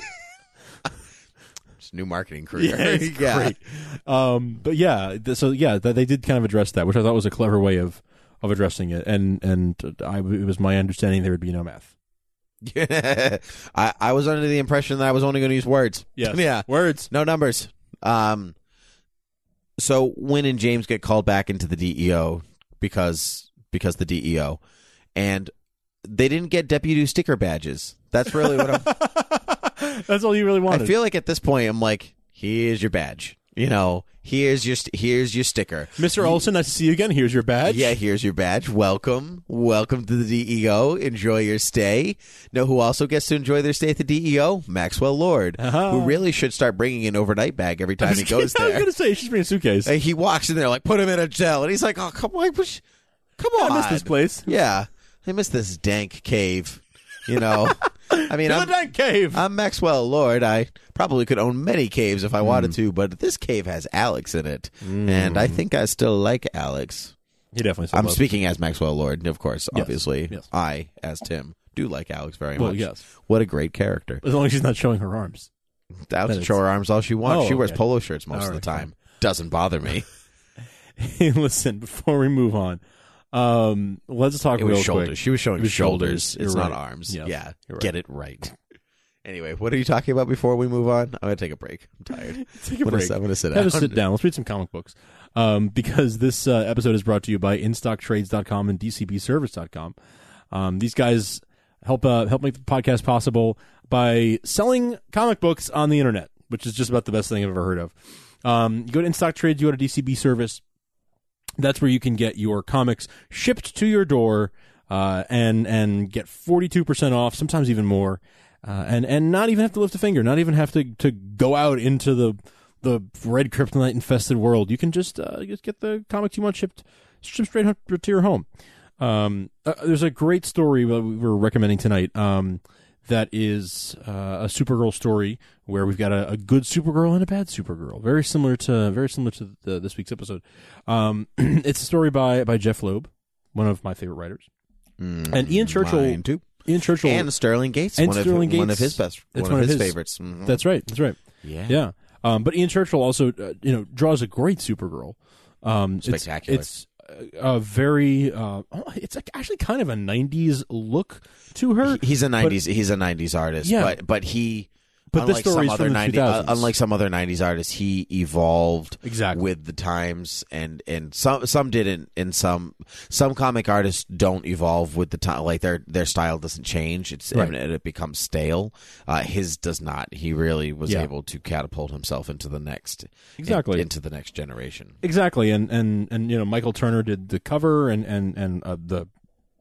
It's a new marketing career.
Yeah, it's great. Um, but yeah, th- so yeah, th- they did kind of address that, which I thought was a clever way of of addressing it. And and I, it was my understanding there would be no math.
I, I was under the impression that I was only going to use words. Yeah.
Words.
No numbers. Um, so Win and James get called back into the DEO because because the DEO, and they didn't get deputy sticker badges. That's really what I'm,
That's all you really
I
wanted.
feel like at this point. I'm like, here's your badge. You know, here's your st- here's your sticker.
Mr. Olson, nice to see you again. Here's your badge.
Yeah, here's your badge. Welcome. Welcome to the DEO. Enjoy your stay. Know who also gets to enjoy their stay at the DEO? Maxwell Lord,
Uh-huh.
who really should start bringing an overnight bag every
I
time
was,
he goes
I was
there.
gonna say, she's bringing a suitcase.
And he walks in there like, put him in a cell. And he's like, oh, come on. push- Come on.
I miss this place.
Yeah. I miss this dank cave. You know? I mean,
To
I'm,
the dank cave.
I'm Maxwell Lord. I probably could own many caves if I
Mm.
wanted to, but this cave has Alex in it. And I think I still like Alex.
he definitely. Said
I'm
love.
speaking as Maxwell Lord, of course,
Yes,
obviously.
yes.
I, as Tim, do like Alex very
Well,
much.
yes.
What a great character.
As long as she's not showing her arms.
Alex
is-
show her arms all she wants.
Oh,
she wears
okay.
polo shirts most
All
of the
right,
time. Doesn't bother me.
Hey, listen, before we move on, um, let's talk
It
real
was shoulders.
quick.
She was showing
It was
shoulders.
shoulders.
It's
You're
not
right.
arms.
Yes,
Yeah.
you're right.
Get it right. anyway, what are you talking about before we move on? I'm going to take a break. I'm tired.
Take a
I'm
break.
going to sit
Have
down.
us sit down. Let's read some comic books. Um, because this uh, episode is brought to you by InStockTrades.com and DCBService.com. Um, these guys help uh, help make the podcast possible by selling comic books on the internet, which is just about the best thing I've ever heard of. Um, you go to InStock Trades, you go to DCB Service. That's where you can get your comics shipped to your door uh, and and get forty two percent off, sometimes even more, uh, and and not even have to lift a finger, not even have to to go out into the the red kryptonite infested world. You can just uh, just get the comics you want shipped shipped straight up to your home. Um, uh, there's a great story that we were recommending tonight. Um, that is uh, a Supergirl story where we've got a, a good Supergirl and a bad Supergirl, very similar to very similar to the, this week's episode. Um, it's a story by by Jeff Loeb, one of my favorite writers, and Ian Churchill.
Mm, Mine too.
Ian Churchill.
And Sterling Gates.
And
one
Sterling
of, One
Gates.
of his best.
That's
one, of his, favorites. Mhm.
that's right. That's right.
yeah.
Yeah. Um, but Ian Churchill also, uh, you know, draws a great Supergirl. Um, it's-
Spectacular.
It's, uh a very. Uh, oh, it's like actually kind of a '90s look to her.
He- he's a '90s. he's a '90s artist.
Yeah.
but but he.
But this
unlike
story's
some other
from the
90,
2000s.
uh, unlike some other '90s artists, he evolved
Exactly.
with the times, and and some some didn't, and some some comic artists don't evolve with the time. Like their their style doesn't change. It's
Right.
and it becomes stale. Uh, his does not. He really was
Yeah.
able to catapult himself into the next
Exactly.
in- into the next generation.
Exactly, and and and you know Michael Turner did the cover and and and uh, the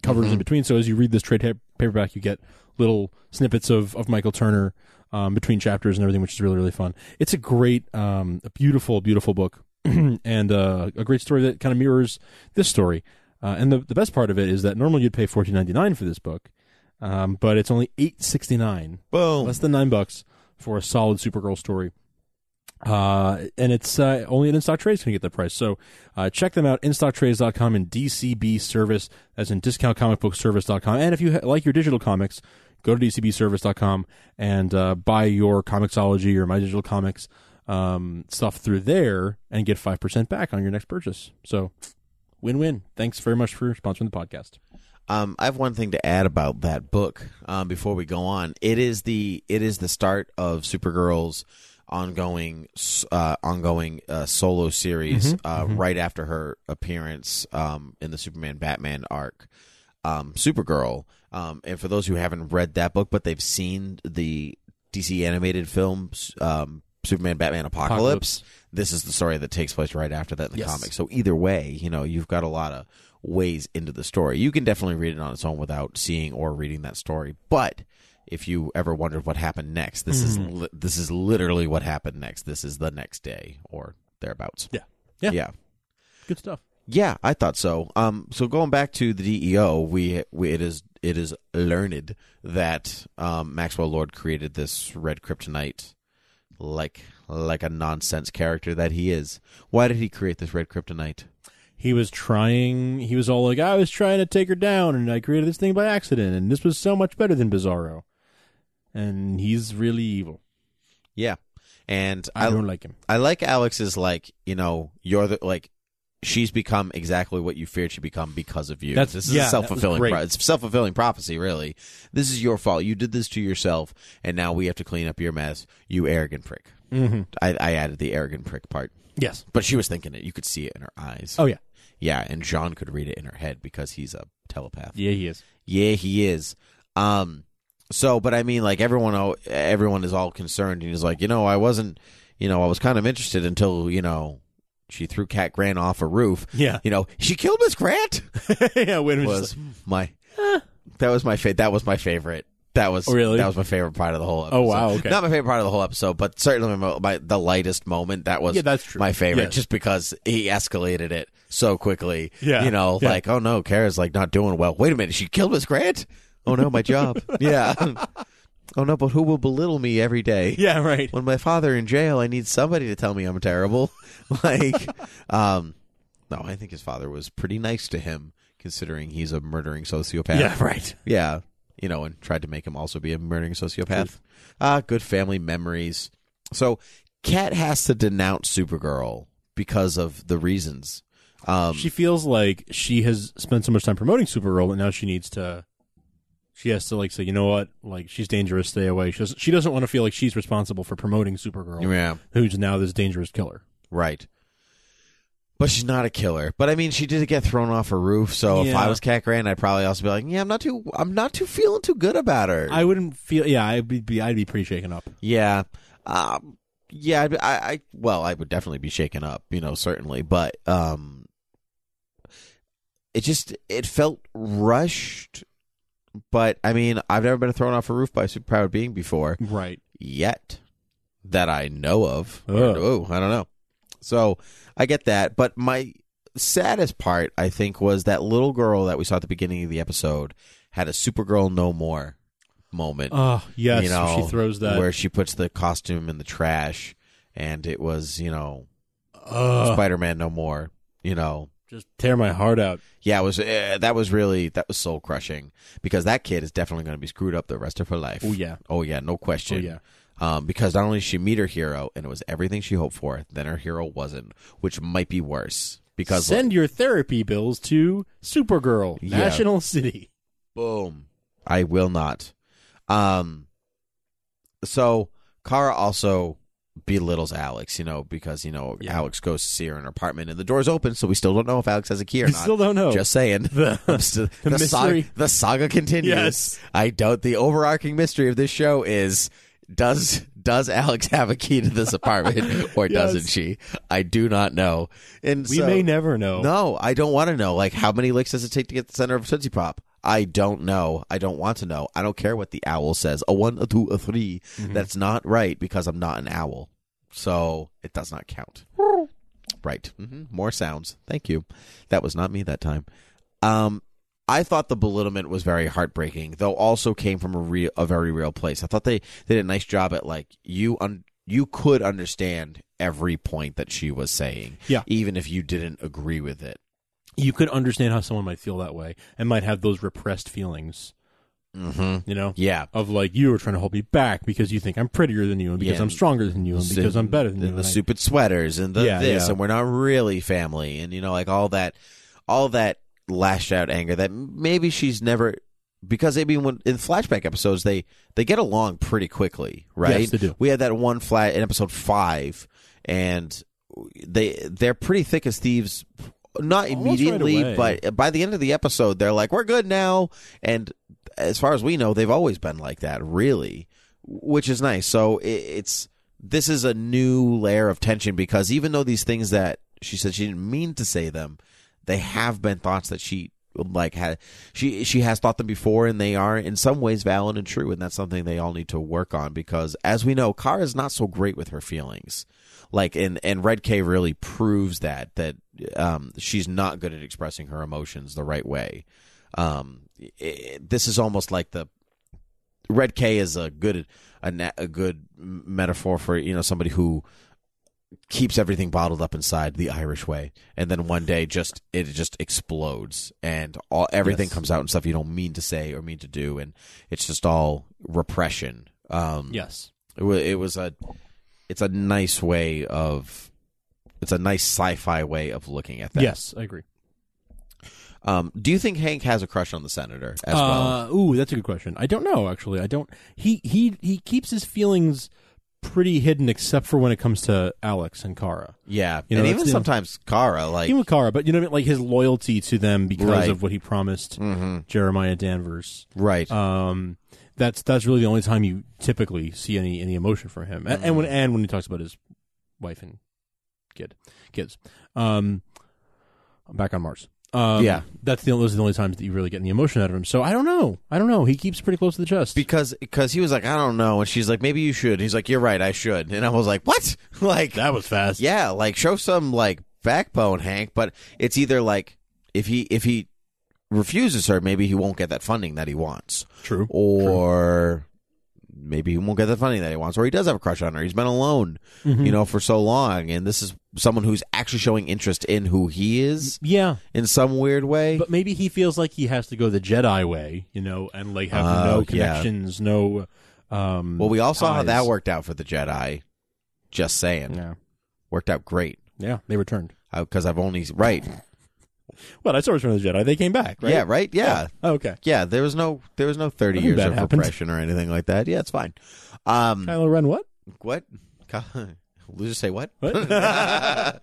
covers in between. So as you read this trade pa- paperback, you get little snippets of of Michael Turner um, between chapters and everything, which is really really fun. It's a great, um, a beautiful, beautiful book, and uh, a great story that kind of mirrors this story. Uh, and the the best part of it is that normally you'd pay fourteen ninety nine for this book, um, but it's only eight sixty nine
Boom.
less than nine bucks for a solid Supergirl story. Uh, and it's uh, only an in-stock trades can get that price. So uh, check them out, instocktrades.com and DCB Service, as in discountcomicbookservice.com. And if you ha- like your digital comics, go to dcbservice.com and uh, buy your Comixology or My Digital Comics um, stuff through there and get 5% back on your next purchase. So win-win. Thanks very much for sponsoring the podcast.
Um, I have one thing to add about that book um, before we go on. It is the it is the start of Supergirl's ongoing s- uh, ongoing uh, solo
Mm-hmm.
series uh, right after her appearance um, in the Superman Batman arc. um, Supergirl. Um, and for those who haven't read that book, but they've seen the DC animated film um, Superman, Batman, Apocalypse,
Apocalypse.
this is the story that takes place right after that in the
Yes.
comic. So either way, you know, you've got a lot of ways into the story. You can definitely read it on its own without seeing or reading that story, but if you ever wondered what happened next, this is li- this is literally what happened next. This is the next day or thereabouts.
Yeah. Yeah.
Yeah.
Good stuff.
Yeah, I thought so. Um, so going back to the DEO, we, we it is it is learned that um, Maxwell Lord created this red kryptonite, like like a nonsense character that he is. Why did he create this red kryptonite?
He was trying. He was all like, "I was trying to take her down, and I created this thing by accident, and this was so much better than Bizarro." And he's really evil.
Yeah, and
I,
I
don't like him.
I like Alex's like you know you're the like she's become exactly what you feared she'd become because of you.
That's-
this is
yeah, that
a
was
self fulfilling
great.
pro- it's self fulfilling prophecy really. This is your fault. You did this to yourself, and now we have to clean up your mess. You arrogant prick.
Mm-hmm.
I, I added the arrogant prick part,
Yes.
but she was thinking it. You could see it in her eyes.
Oh yeah.
Yeah, and John could read it in her head because he's a telepath.
Yeah, he is.
Yeah, he is. Um, so, but I mean, like everyone, o- everyone is all concerned, and he's like, you know, I wasn't, you know, I was kind of interested until you know she threw Cat Grant off a roof.
Yeah.
You know, she killed Miss Grant.
yeah. Wait a minute.
Was my that was my fa- that was my favorite. That was
"Hmm." Oh, really?
that was my favorite part of the whole. episode.
Oh, wow, okay.
Not my favorite part of the whole episode, but certainly my, my the lightest moment. That was
Yeah, that's true.
My favorite,
Yes.
just because he escalated it so quickly.
Yeah,
you know,
yeah.
like oh no, Kara's like not doing well. Wait a minute, she killed Miss Grant. Oh no, my job. yeah. Oh no, but who will belittle me every day?
yeah. Right.
When my father in jail, I need somebody to tell me I'm terrible. like, um, no, I think his father was pretty nice to him, considering he's a murdering sociopath.
Yeah. Right.
Yeah. You know, and tried to make him also be a murdering sociopath. Ah, good family memories. So Kat has to denounce Supergirl because of the reasons. Um
She feels like she has spent so much time promoting Supergirl that now she needs to. She has to like say, you know what? Like she's dangerous. Stay away. She doesn't, she doesn't want to feel like she's responsible for promoting Supergirl,
Yeah.
who's now this dangerous killer.
Right. But she's not a killer. But I mean she did get thrown off a roof, so if
Yeah.
I was Kat Grant, I'd probably also be like, Yeah, I'm not too I'm not too feeling too good about her.
I wouldn't feel. Yeah, I'd be- be. I'd be pretty shaken up.
Yeah. Um, yeah, I, I, I- well, I would definitely be shaken up, you know, certainly, but um, it just it felt rushed. But I mean, I've never been thrown off a roof by a superpowered being before
Right.
yet that I know of.
Ugh.
Oh, I don't know. So I get that, but my saddest part I think was that little girl that we saw at the beginning of the episode had a Supergirl No More moment
Oh yes.
you know,
she throws that.
where she puts the costume in the trash, and it was you know
Ugh,
Spider Man no more. You know,
just tear my heart out.
yeah, it was eh, that was really that was soul crushing because that kid is definitely going to be screwed up the rest of her life.
Oh yeah.
oh yeah, no
Oh
question.
yeah.
um, because not only did she meet her hero and it was everything she hoped for, then her hero wasn't, which might be worse because
Send your therapy bills to Supergirl,
Yeah.
National City.
Boom. I will not. Um so Kara also belittles Alex, you know, because you know
Yeah.
Alex goes to see her in her apartment and the door's open, so we still don't know if Alex has a key or
I
not.
still don't know.
Just saying.
the,
I'm still-
the mystery.
saga, the saga continues.
Yes.
I doubt the overarching mystery of this show is does does Alex have a key to this apartment or
Yes.
doesn't she? I do not know. And
we
so-
may never know.
no, I don't want to know. Like, how many licks does it take to get the center of a Tootsie Pop? I don't know. I don't want to know. I don't care what the owl says. A one, a two, a 3 That's not right because I'm not an owl. So it does not count. right. hmm More sounds. Thank you. That was not me that time. Um, I thought the belittlement was very heartbreaking, though also came from a real, a very real place. I thought they, they did a nice job at like you un- you could understand every point that she was saying,
Yeah.
even if you didn't agree with it.
you could understand how someone might feel that way and might have those repressed feelings,
Mm-hmm.
you know,
Yeah,
of like you were trying to hold me back because you think I'm prettier than you and because
Yeah.
I'm stronger than you and because I'm better than
the,
you.
the
and I-
stupid sweaters and the
Yeah,
this,
yeah.
and we're not really family, and you know, like all that, all that lashed out anger that maybe she's never because I mean, when in flashback episodes they they get along pretty quickly, right?
Yes, they do.
We had that one flat in episode five, and they they're pretty thick as thieves not
Almost right
immediately,
away.
but by the end of the episode, they're like, "We're good now." And as far as we know, they've always been like that, really, which is nice. So i it's this is a new layer of tension because even though these things that she said she didn't mean to say them, they have been thoughts that she like had she she has thought them before and they are in some ways valid and true and that's something they all need to work on because as we know Kara is not so great with her feelings like and and Red K really proves that that um she's not good at expressing her emotions the right way um it, this is almost like the Red K is a good a, na- a good m- metaphor for you know somebody who keeps everything bottled up inside the Irish way, and then one day just it just explodes, and all everything
Yes.
comes out and stuff you don't mean to say or mean to do, and it's just all repression. Um,
Yes.
it was, it was a it's a nice way of it's a nice sci-fi way of looking at that.
Yes, I agree.
Um, do you think Hank has a crush on the senator as well?
Uh, ooh, that's a good question. I don't know actually. I don't. He he he keeps his feelings pretty hidden, except for when it comes to Alex and Kara.
Yeah,
you know,
and
that's
even
the-
sometimes Kara like
Even with Kara, but you know what I mean? Like his loyalty to them because
Right.
of what he promised
Mhm.
Jeremiah Danvers.
right.
Um, that's that's really the only time you typically see any any emotion from him, and, and when and when he talks about his wife and kid kids. Um, I'm back on Mars. Um,
Yeah.
that's the those are the only times that you really get any emotion out of him. So I don't know. I don't know. He keeps pretty close to the chest.
because because he was like, I don't know, and she's like, maybe you should. He's like, you're right, I should. And I was like, what? like,
that was fast.
yeah, like show some like backbone, Hank. But it's either like if he if he refuses her, maybe he won't get that funding that he wants,
True.
or maybe he won't get the funding that he wants, or he does have a crush on her. He's been alone,
Mm-hmm.
you know, for so long, and this is someone who's actually showing interest in who he is
Yeah,
in some weird way.
but maybe he feels like he has to go the Jedi way, you know, and like have
Oh,
no
yeah.
connections, no. Um,
well, we all saw how that
ties.
worked out for the Jedi. Just saying,
Yeah,
worked out great.
yeah, they returned.
because I've only right.
Well, I saw Return of the Jedi. They came back, right? Oh,
Yeah, right. Yeah. yeah,
Okay.
There was no there was no thirty
Nothing
years
bad
of
happened.
repression or anything like that. Yeah, it's fine. Um,
Kylo Ren, what?
what? Ky- We'll just say what?
What?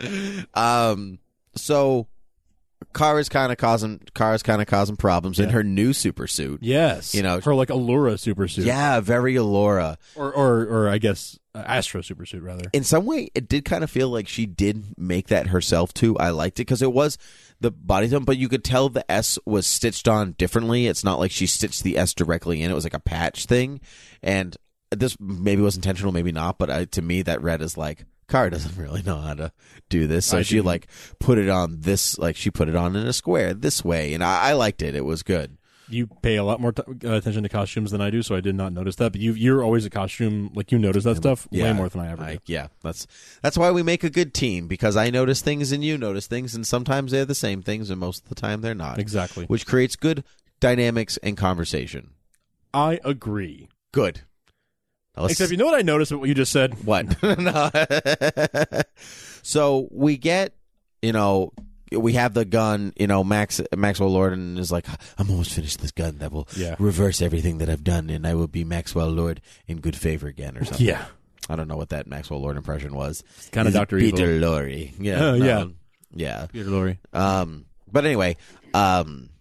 um, so Kara's kind of causing Kara's kind of causing problems in
Yeah.
her new super suit.
Yes,
You know-
her like Allura super suit,
Yeah, very Allura.
or or or I guess uh, Astro super suit rather.
in some way it did kind of feel like she did make that herself too i liked it because it was the body tone but you could tell the s was stitched on differently it's not like she stitched the s directly in it was like a patch thing and this maybe was intentional maybe not but I, to me that red is like Kara doesn't really know how to do this, so
I
she
didn't.
like put it on this, like she put it on in a square this way, and I, I liked it. It was good.
You pay a lot more t- uh, attention to costumes than I do, so I did not notice that. But you you're always a costume like you notice that stuff way
yeah,
more than I ever
I-
do.
yeah, that's that's why we make a good team because I notice things and you notice things, and sometimes they're the same things, and most of the time they're not.
Exactly.
which creates good dynamics and conversation.
I agree.
Good. Now let's-
Except you know what I noticed about what you just said.
what? No. so we get, you know, we have the gun. You know, Max Maxwell Lord and is like, I'm almost finished this gun that will
Yeah.
reverse everything that I've done, and I will be Maxwell Lord in good favor again, or something.
Yeah,
I don't know what that Maxwell Lord impression was.
kind of
It's
Doctor
Peter
Evil.
Lorre. Yeah.
Oh, yeah.
um, yeah.
Peter Lorre.
Um, but anyway, um,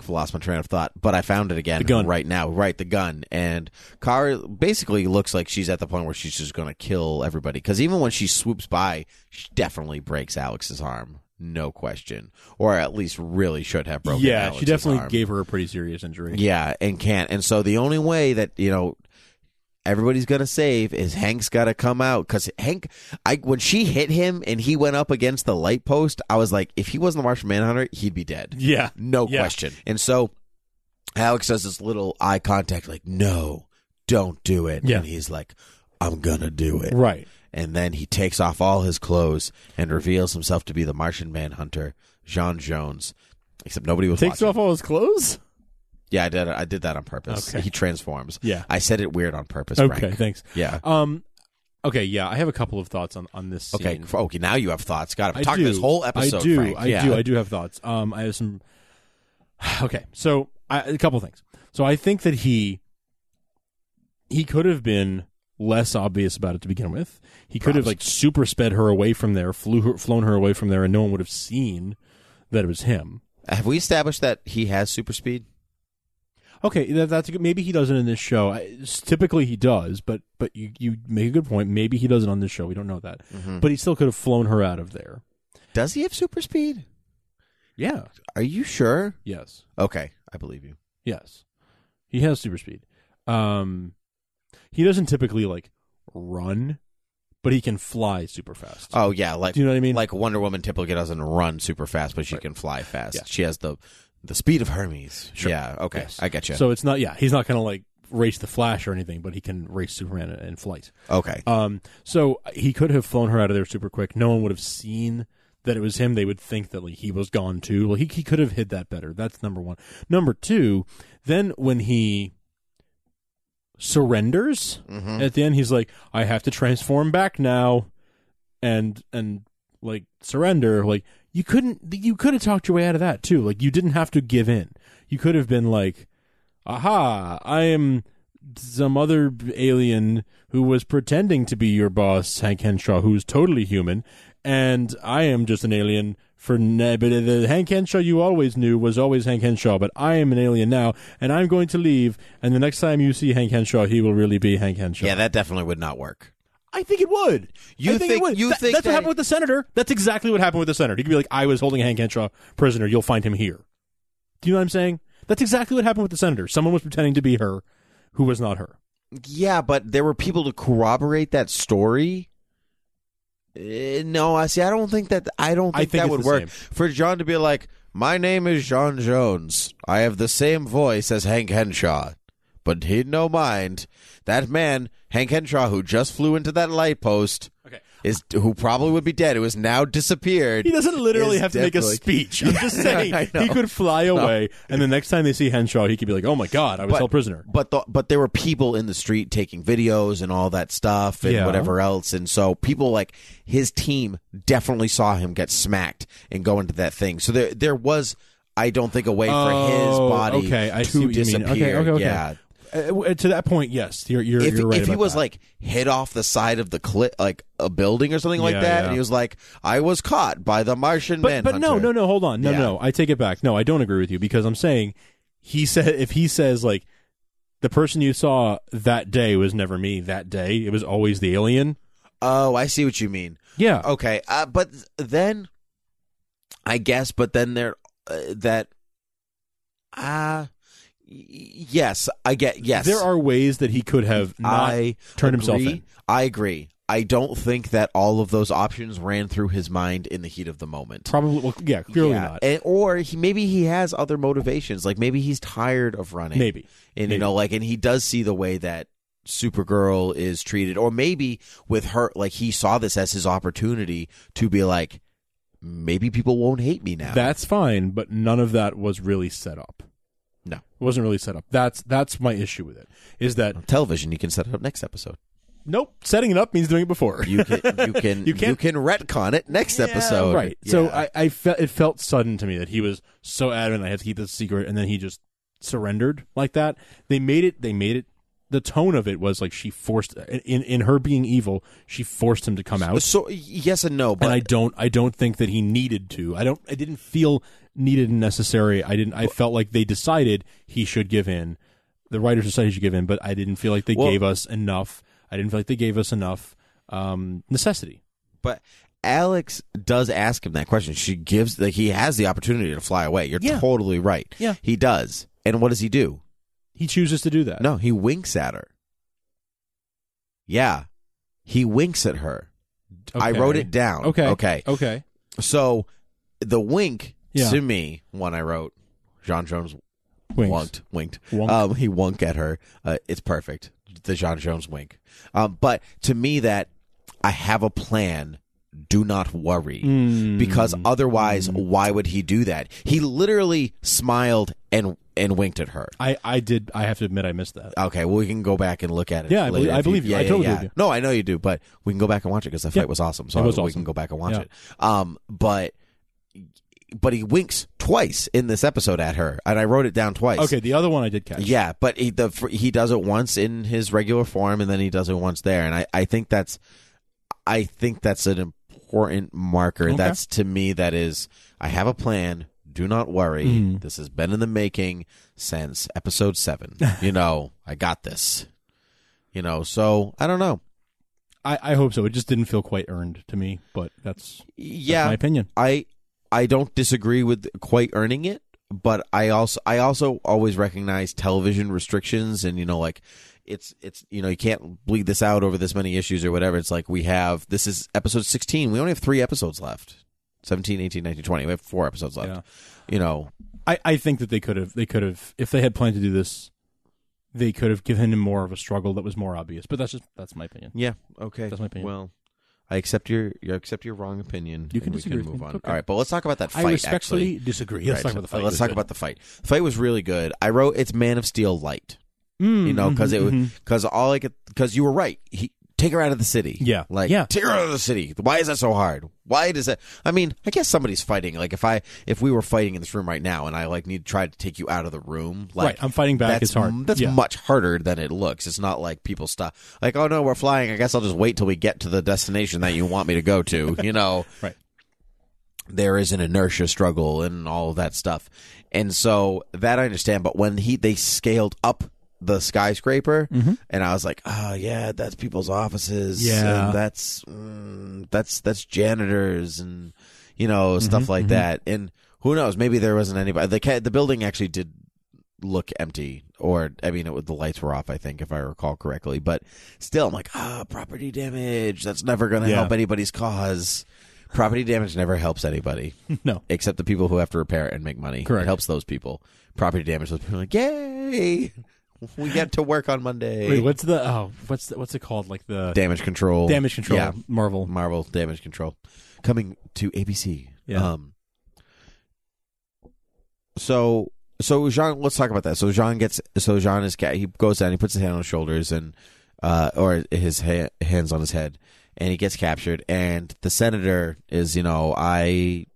I've lost my train of thought, but I found it again
The gun.
right now. Right, the gun. And Kara basically looks like she's at the point where she's just going to kill everybody. Because even when she swoops by, she definitely breaks Alex's arm. No question. Or at least really should have broken
yeah,
Alex's
she definitely
arm.
gave her a pretty serious injury.
Yeah, and can't. And so the only way that, you know, everybody's going to save is Hank's got to come out cuz Hank I when she hit him and he went up against the light post, I was like if he wasn't the Martian Manhunter, he'd be dead.
Yeah.
No
Yeah.
question. And so Alex does this little eye contact like, "No, don't do it."
Yeah.
And he's like, "I'm going to do it."
Right.
And then he takes off all his clothes and reveals himself to be the Martian Manhunter, John Jones. Except nobody was
Takes
watching.
off all his clothes.
Yeah, I did. I did that on purpose.
Okay.
He transforms.
Yeah.
I said it weird on purpose.
Okay.
Frank.
Thanks.
Yeah.
Um. Okay. Yeah, I have a couple of thoughts on on this. Scene.
Okay. Okay. Now you have thoughts. Got
I
to talk
do.
this whole episode.
I do.
Frank.
I
yeah.
do. I do have thoughts. Um, I have some. Okay, so I, a couple things. So I think that he he could have been less obvious about it to begin with. He could have like super sped her away from there, flew her, flown her away from there, and no one would have seen that it was him.
Have we established that he has super speed?
Okay, that, that's a good, maybe he doesn't in this show. I, s- typically he does, but but you you make a good point. Maybe he doesn't on this show. We don't know that,
Mm-hmm.
but he still could have flown her out of there.
Does he have super speed?
Yeah.
Are you sure?
Yes.
Okay, I believe you.
Yes. He has super speed. Um he doesn't typically like run, but he can fly super fast.
Oh yeah, like
Do you know what I mean?
like Wonder Woman typically doesn't run super fast, but she can fly fast.
Yeah.
She has the the speed of Hermes.
Sure.
Yeah. Okay,
Yes.
I get you.
So it's not yeah, he's not going to like race the Flash or anything, but he can race Superman in- in flight.
okay.
Um so he could have flown her out of there super quick. No one would have seen that it was him. They would think that like he was gone too. Well, he he could have hid that better. That's number 1. Number 2, then when he surrenders,
hmm
at the end he's like i have to transform back now and and like surrender like you couldn't you could have talked your way out of that too like you didn't have to give in you could have been like aha i am some other alien who was pretending to be your boss hank henshaw who's totally human and i am just an alien for na- but uh, the hank henshaw you always knew was always hank henshaw but i am an alien now and i'm going to leave and the next time you see hank henshaw he will really be hank henshaw
Yeah, that definitely would not work.
I think it would.
You
I think, it
think-
would.
you
Th-
think
that's
that-
what happened with the senator? That's exactly what happened with the senator. He could be like, "I was holding Hank Henshaw prisoner. You'll find him here." Do you know what I'm saying? That's exactly what happened with the senator. Someone was pretending to be her, who was not her.
Yeah, but there were people to corroborate that story. Eh, no, I see. I don't think that. I don't
I
think,
think
that
it's
would
the
work
same.
for John to be like, "My name is John Jones. I have the same voice as Hank Henshaw, but he'd no mind. That man, Hank Henshaw, who just flew into that light post,
Okay.
is who probably would be dead, who has now disappeared.
He doesn't literally
is
have to make a
definitely-
speech. I'm just saying
I know.
he could fly away, and the next time they see Henshaw, he could be like, "Oh my god, I was held prisoner."
But the, but there were people in the street taking videos and all that stuff and
Yeah.
whatever else, and so people like his team definitely saw him get smacked and go into that thing. So there there was, I don't think, a way for his
Oh,
body
okay, I
to
see what you mean.
disappear.
Okay, okay, okay.
Yeah.
Uh, w- to that point, yes, you're you're,
If,
you're right.
if he
about
was
that.
like hit off the side of the cliff, like a building or something like
Yeah,
that,
yeah.
and he was like, "I was caught by the Martian
but, but
manhunter."
no no no hold on no
Yeah.
no i take it back no i don't agree with you because i'm saying he said if he says like the person you saw that day was never me that day it was always the alien
Oh, I see what you mean.
yeah
Okay, uh, but then I guess, but then there uh, that ah y- yes, I get yes.
there are ways that he could have not
I
turned himself
agree.
in
I agree. I don't think that all of those options ran through his mind in the heat of the moment.
probably well yeah clearly
Yeah,
not
and, or he maybe he has other motivations. Like maybe he's tired of running.
maybe
And
Maybe.
you know, like, and he does see the way that Supergirl is treated, or maybe with her, like he saw this as his opportunity to be like, maybe people won't hate me now.
that's fine but none of that was really set up
No.
it wasn't really set up that's that's my issue with it is that
television. You can set it up next episode.
nope setting it up means doing it before
You can, you can,
You
you,
can't-
can retcon it next episode.
Right. So
Yeah.
I, I felt it felt sudden to me that he was so adamant I had to keep this secret and then he just surrendered like that. They made it they made it the tone of it was like she forced in in her being evil, she forced him to come out.
so yes and no, but
And I don't I don't think that he needed to. I don't I didn't feel needed and necessary. I didn't I felt like they decided he should give in. The writers decided he should give in, but I didn't feel like they
Well-
gave us enough. I didn't feel like they gave us enough um necessity.
But Alex does ask him that question. She gives like he has the opportunity to fly away. You're
Yeah.
totally right.
Yeah.
He does. And what does he do?
He chooses to do that.
No, he winks at her. Yeah. He winks at her. I
Okay.
wrote it down.
Okay.
Okay.
Okay.
So the wink
Yeah.
to me, one I wrote, John Jones
Wings.
Winked, winked.
Wunk.
Um, he wunk at her. Uh, it's perfect. The John Jones wink. Um, but to me, that I have a plan. Do not worry,
Mm. Hmm.
because otherwise, why would he do that? He literally smiled and and winked at her.
I, I did. I have to admit, I missed that.
Okay, well, we can go back and look at it.
Yeah, I
later
believe- I
if
believe you.
Yeah,
I
yeah,
totally
yeah.
believe you.
No, I know you do, but we can go back and watch it because the fight was awesome. So
It was
I- we
awesome.
can go back and watch
Yeah.
it. Um, but but he winks twice in this episode at her, and I wrote it down twice.
Okay, the other one I did catch.
Yeah, but he the fr- he does it once in his regular form, and then he does it once there, and I I think that's I think that's an important marker.
Okay.
That's to me that is I have a plan. Do not worry.
Mhm.
This has been in the making since episode seven. you know, I got this. You know, so I don't know.
I, I hope so. It just didn't feel quite earned to me, but that's, that's
Yeah,
my opinion.
I I don't disagree with quite earning it, but I also I also always recognize television restrictions and you know like it's it's you know you can't bleed this out over this many issues or whatever. It's like we have this is episode 16. We only have 3 episodes left. 17, 18, 19, 20. We have 4 episodes left.
Yeah.
You know,
I, I think that they could have they could have if they had planned to do this, they could have given him more of a struggle that was more obvious. But that's just that's my opinion.
yeah, okay.
That's my opinion.
Well, I accept your you accept your wrong opinion.
You can
and we
disagree
can
with
move
me.
on.
It's okay.
All right, but let's talk about that fight
I respectfully
actually.
disagree. Let's talk
Right,
about the
so
fight.
Let's talk about the fight. The fight was really good. I wrote it's Man of Steel light.
Mm,
you know, because
mhm,
it
mhm.
because all I could because you were right. He take her out of the city.
Yeah.
like
Yeah.
take her out of the city. Why is that so hard? Why does that? I mean, I guess somebody's fighting. Like if I if we were fighting in this room right now, and I like need to try to take you out of the room, like
right. I'm fighting back.
That's,
It's hard.
That's
yeah.
much harder than it looks. It's not like people stop. Like, oh no, we're flying. I guess I'll just wait till we get to the destination that you want me to go to. You know,
Right.
There is an inertia struggle and all of that stuff, and so that I understand. But when he they scaled up the skyscraper,
Mm-hmm.
and I was like, oh yeah, that's people's offices.
Yeah.
and that's mm, that's that's janitors and you know
Mm-hmm,
stuff like that. And who knows? Maybe there wasn't anybody. The ca- the building actually did look empty or i mean it, was- the lights were off i think if i recall correctly but still i'm like ah property damage that's never going to
Yeah.
help anybody's cause property damage never helps anybody
no.
except the people who have to repair it and make money
Correct.
it helps those people property damage those people are like yay we get to work on monday
Wait, what's the oh what's the, what's it called? Like the
damage control
damage control
yeah
Marvel.
marvel damage control coming to abc
Yeah.
um so so Jean, let's talk about that. So Jean gets so Jean is ca- he goes down, he puts his hand on his shoulders and uh or his ha- hands on his head, and he gets captured. And the senator is you know I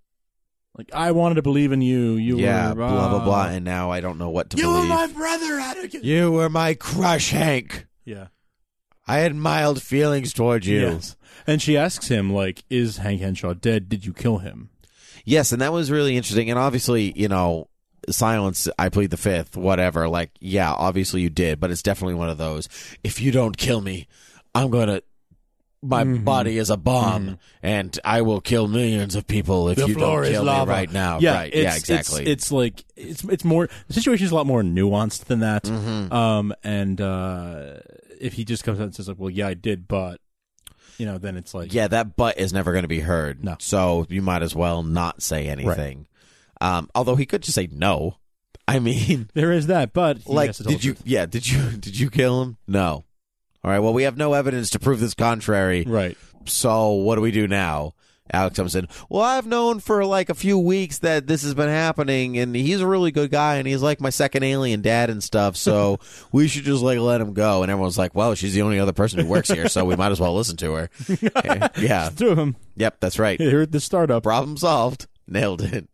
Like I wanted to believe in you. You
yeah
were uh,
blah blah blah, and now I don't know what to believe.
brother, Anakin. Yeah.
you were my crush, Hank. I had mild feelings towards you.
Yes. And she asks him, like, "Is Hank Henshaw dead? Did you kill him?"
Yes, and that was really interesting. And obviously, you know, silence, I plead the fifth, whatever. Like, yeah, obviously you did, but it's definitely one of those. If you don't kill me, I'm going to. My
Mhm.
body is a bomb, and I will kill millions of people if
Mm-hmm. The
you
floor
don't
is
kill
lava.
me right now.
yeah,
right.
it's-
yeah, exactly.
It's, it's like it's it's more the situation is a lot more nuanced than that.
Mhm.
Um, and uh, if he just comes out and says like, "Well, yeah, I did," but you know, then it's like,
yeah, that butt is never going to be heard.
No.
So you might as well not say anything. Um, although he could just say no. I mean,
there is that, but he
like
has to tell
did
the
you
truth.
yeah did you did you kill him no all right well we have no evidence to prove this contrary
right?
so what do we do now alex comes in well i've known for like a few weeks that this has been happening and he's a really good guy and he's like my second alien dad and stuff so we should just like let him go and everyone's like well she's the only other person who works here so we might as well listen to her yeah
Two of them
yep that's right
here at the startup.
problem solved nailed it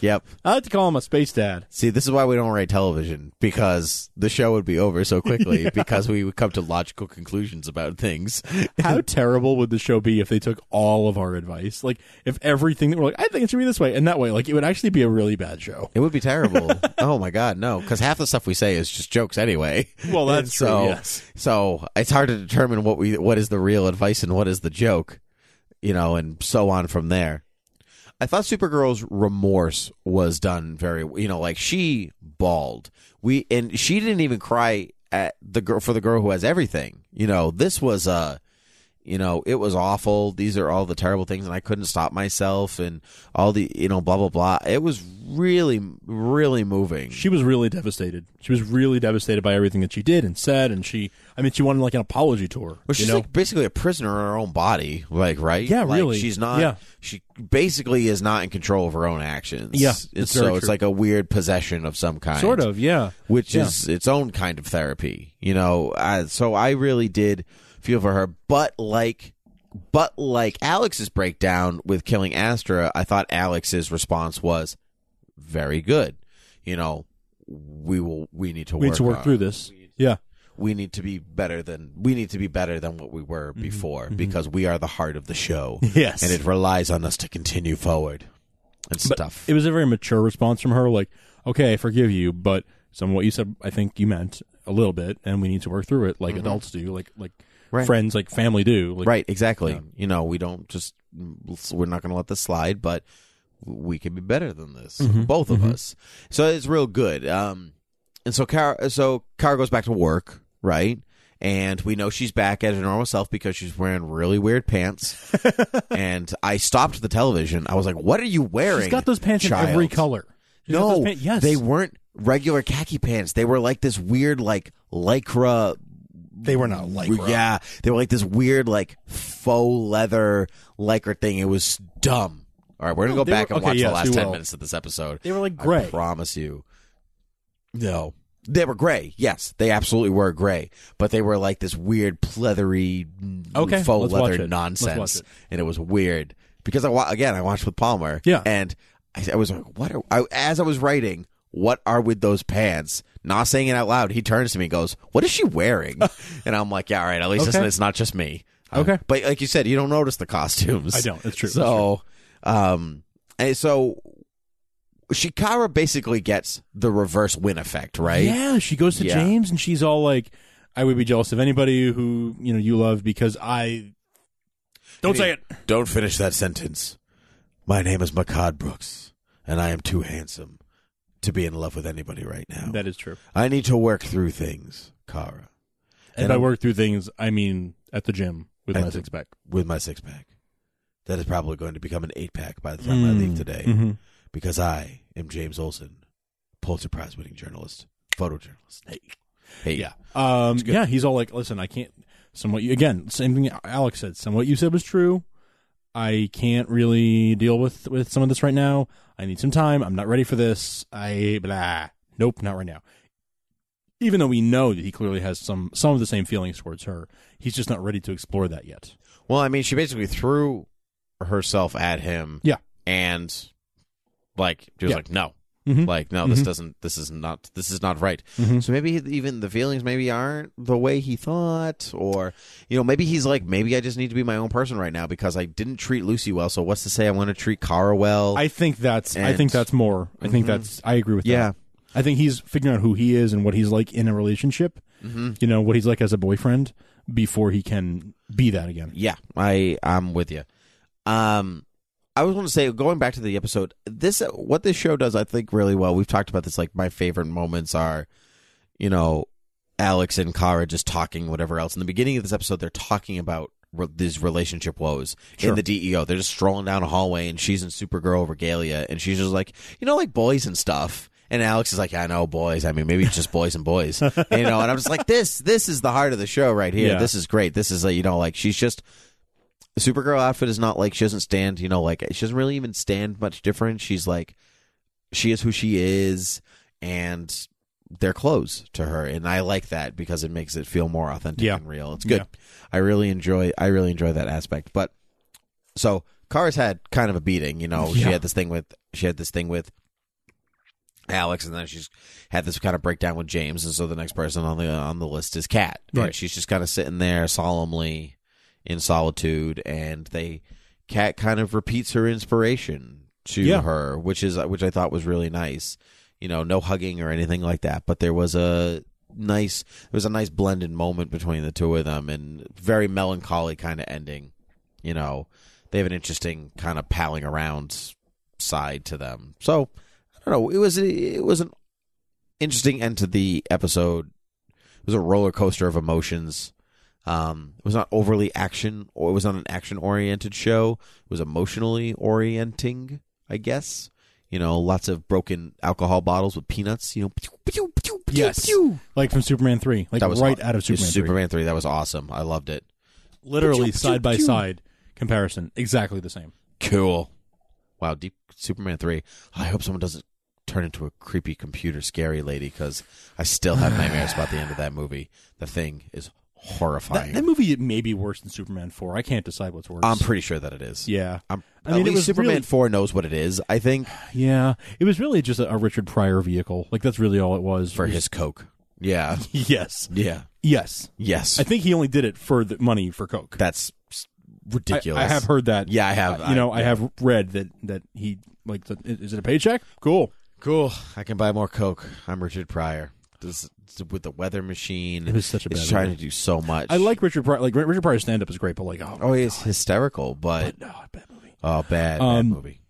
yep
I like to call him a space dad.
See, this is why we don't write television because the show would be over so quickly because we would come to logical conclusions about things.
How terrible would the show be if they took all of our advice? Like, if everything that we're like, I think it should be this way and that way, like, it would actually be a really bad show.
It would be terrible. oh my god, no! Because half the stuff we say is just jokes anyway.
Well, that's true,
so,
yes.
So it's hard to determine what we what is the real advice and what is the joke, you know, and so on from there. I thought Supergirl's remorse was done very, you know, like she bawled. We and she didn't even cry at the girl for the girl who has everything. You know, this was a, you know, it was awful. These are all the terrible things, and I couldn't stop myself, and all the, you know, blah blah blah. It was really, really moving.
She was really devastated. She was really devastated by everything that she did and said, and she, I mean, she wanted like an apology tour.
Well, she's
you know?
like basically a prisoner in her own body, like right?
Yeah,
Like,
really.
She's not.
Yeah.
She basically is not in control of her own actions.
Yeah,
and
it's very
so it's
true.
like a weird possession of some kind,
sort of, yeah.
which
Yeah.
is its own kind of therapy. You know, I, so I really did feel for her, but like But like Alex's breakdown with killing Astra, I thought Alex's response was very good. You know, we will. We need to
we
work.
need to work
on-
through this. Yeah,
We need to be better than we need to be better than what we were before because we are the heart of the show.
Mm-hmm. Yes.
and it relies on us to continue forward and stuff.
it was a very mature response from her. Like, okay, I forgive you, but some of what you said, I think you meant a little bit, and we need to work through it, like adults do, like like
Mm-hmm. Right.
friends, like family do. Like,
right, exactly. You know, we don't just we're not going to let this slide, but we can be better than this,
Mm-hmm.
both of us. So it's real good. Um, and so Car so Car goes back to work, right? And we know she's back as her normal self because she's wearing really weird pants. and I stopped the television. I was like, "What are you wearing?"
She's got those pants in every
child?"
color. She's got
no,
those pants- yes,
they weren't regular khaki pants. They were like this weird, like lycra
They were not like
yeah, they were like this weird, like faux leather lycra thing. It was dumb. All right, we're gonna
No,
go
they
back
were-
and
okay,
watch
yes,
the
we
last ten
will.
minutes of this episode.
They were like
I
gray.
promise you. No, they were gray. Yes, they absolutely were gray, but they were like this weird pleathery, mm,
Okay,
faux
let's watch it.
leather
Let's watch
nonsense,
it.
and it was weird because I wa- again I watched with Palmer.
Yeah.
and I, I was like, what? Are, I, as I was writing. What are with those pants? Not saying it out loud, he turns to me and goes, What is she wearing? and I'm like, Yeah, all right, at least it's,
Okay.
it's not just me. Uh,
Okay.
But like you said, you don't notice the costumes.
I don't. It's true.
So, um, and so Shikara basically gets the reverse win effect, right?
Yeah, she goes to
Yeah.
James and she's all like, "I would be jealous of anybody who you know you love because I." Don't say it.
Don't finish that sentence. My name is Makad Brooks, and I am too handsome to be in love with anybody right now.
That is true.
I need to work through things, Kara,
And,
And
I
I'm-
work through things. I mean, at the gym with
At
my
the-
six pack.
with my six pack. That is probably going to become an eight pack by the time I leave today,
Mhm.
because I am James Olson, Pulitzer Prize winning journalist, photojournalist. Hey, hey, yeah.
Um, yeah, he's all like, "Listen, I can't." Somewhat you again, same thing Alex said. Some what you said was true. I can't really deal with with some of this right now. I need some time. I'm not ready for this. I blah. Nope, not right now. Even though we know that he clearly has some some of the same feelings towards her, he's just not ready to explore that yet.
Well, I mean, she basically threw herself at him.
Yeah.
And like she was
Yeah.
like, no,
Mhm.
like no, this
Mhm.
doesn't. This is not. This is not right.
Mhm.
So maybe even the feelings maybe aren't the way he thought, or you know, maybe he's like, maybe I just need to be my own person right now because I didn't treat Lucy well. So what's to say I want to treat Kara well?
I think that's I
And- Mm-hmm.
think that's more. I think that's I agree with
Yeah.
that. I think he's figuring out who he is and what he's like in a relationship.
Mm-hmm.
You know, what he's like as a boyfriend before he can be that again.
Yeah, I I'm with you. Um, I was want to say going back to the episode, this what this show does, I think, really well. We've talked about this. Like my favorite moments are, you know, Alex and Kara just talking, whatever else. In the beginning of this episode, they're talking about re- these relationship woes
Sure.
in the DEO. They're just strolling down a hallway, and she's in Supergirl regalia, and she's just like, you know, like boys and stuff. And Alex is like, I know boys. I mean, maybe it's just boys and boys, you know. And I'm just like, this, this is the heart of the show right here.
Yeah.
This is great. This is, uh, you know, like she's just the Supergirl outfit is not like she doesn't stand, you know, like she doesn't really even stand much different. She's like she is who she is and they're clothes to her and I like that because it makes it feel more authentic
Yeah.
and real. It's good.
Yeah.
I really enjoy I really enjoy that aspect. But so Kara's had kind of a beating, you know. She
Yeah.
had this thing with she had this thing with Alex, and then she's had this kind of breakdown with James, and so the next person on the on the list is Kat. And
Right.
she's just kind of sitting there solemnly in solitude, and they Kat kind of repeats her inspiration to
Yeah.
her, which is which I thought was really nice. You know, no hugging or anything like that, but there was a nice there was a nice blended moment between the two of them, and very melancholy kind of ending. You know, they have an interesting kind of palling around side to them. So I don't know. It was it was an interesting end to the episode. It was a roller coaster of emotions. Um, it was not overly action, or it was not an action oriented show. It was emotionally orienting, I guess. You know, lots of broken alcohol bottles with peanuts. You know, pew, pew, pew, pew, pew.
Like from Superman 3. Like
that was
right
aw-
out of Superman 3.
Superman three. That was awesome. I loved it.
Literally side by side comparison. Exactly the same.
Cool. Wow, deep Superman three. I hope someone doesn't turn into a creepy computer scary lady because I still have nightmares about the end of that movie. The thing is horrifying.
That, that movie may be worse than Superman four. I can't decide what's worse.
I'm pretty sure that it is.
yeah,
I'm,
I mean,
at
it
least
was
Superman
really-
Four knows what it is. I think
yeah. It was really just a, a Richard Pryor vehicle. Like that's really all it was.
for his coke. Yeah,
yes,
yeah,
yes.
yes.
I think he only did it for the money for Coke.
That's s-
I-
ridiculous.
I, have heard that.
Yeah, I have.
you know, I, have read that that he like the, is it a paycheck? Cool.
Cool. I can buy more coke. I'm Richard Pryor. This with the weather machine.
It was such a
It's
bad
trying
movie.
to do so much.
I like Richard Pryor. Like Richard Pryor's stand up is great, but like oh,
Oh, he's hysterical, but
but, oh, bad movie.
oh, bad, bad
Um,
movie.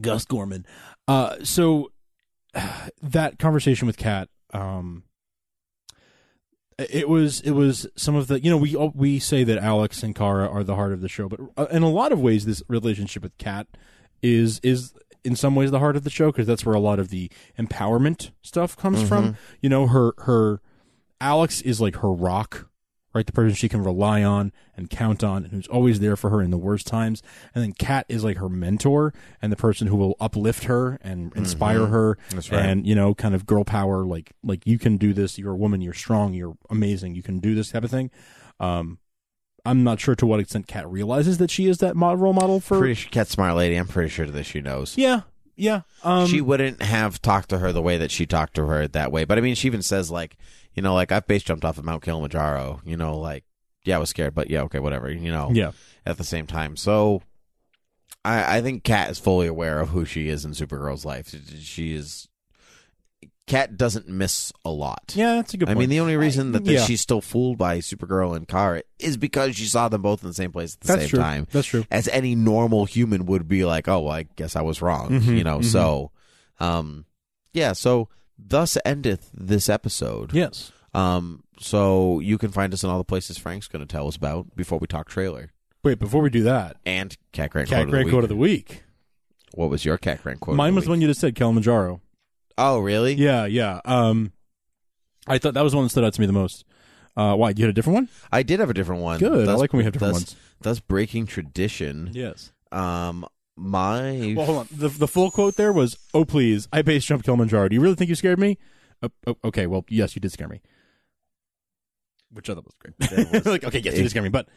Gus Gorman. Uh, so that conversation with Kat, um, it was it was some of the you know we all- we say that Alex and Kara are the heart of the show, but uh, in a lot of ways, this relationship with Kat is is in some ways the heart of the show because that's where a lot of the empowerment stuff comes from. You know, her her Alex is like her rock, right? The person she can rely on and count on and who's always there for her in the worst times. And then Kat is like her mentor and the person who will uplift her and inspire her
That's right.
and, you know, kind of girl power, like like you can do this, you're a woman, you're strong, you're amazing, you can do this type of thing. Um I'm not sure to what extent Kat realizes that she is that mo- role model for
Pretty sure, Cat Smart Lady. I'm pretty sure that she knows.
Yeah. Yeah. Um
she wouldn't have talked to her the way that she talked to her that way. But I mean, she even says like, you know, like I've base jumped off of Mount Kilimanjaro. You know, like yeah, I was scared, but yeah, okay, whatever. You know,
Yeah.
At the same time, so I I think Kat is fully aware of who she is in Supergirl's life. She is. Kat doesn't miss a lot.
Yeah, that's a good
I
point.
mean, the only reason that, that
yeah.
she's still fooled by Supergirl and Kara is because she saw them both in the same place at the
that's
same
true.
time.
That's true.
As any normal human would be like, oh, well, I guess I was wrong,
Mhm,
you know. So, um, yeah. So thus endeth this episode.
Yes.
Um, so you can find us in all the places Frank's going to tell us about before we talk trailer
Wait, before we do that,
and cat grant
Cat
quote, of
Grant
the
quote
week.
of the week.
What was your cat grant quote?
Mine
of the
was
week?
the one you just said, Kilimanjaro.
Oh, really?
Yeah, yeah. Um, I thought that was the one that stood out to me the most. Uh, why you had a different one?
I did have a different one.
Good. I
Thus-
like when we have different
thus-
ones.
Thus breaking tradition.
Yes.
Um, my
Well, hold on. The, the full quote there was, "Oh please, I base jump Kilimanjaro. Do you really think you scared me? Oh, oh, okay. Well, yes, you did scare me. Which I thought was great.
That was-
like, okay, yes, you did scare me. But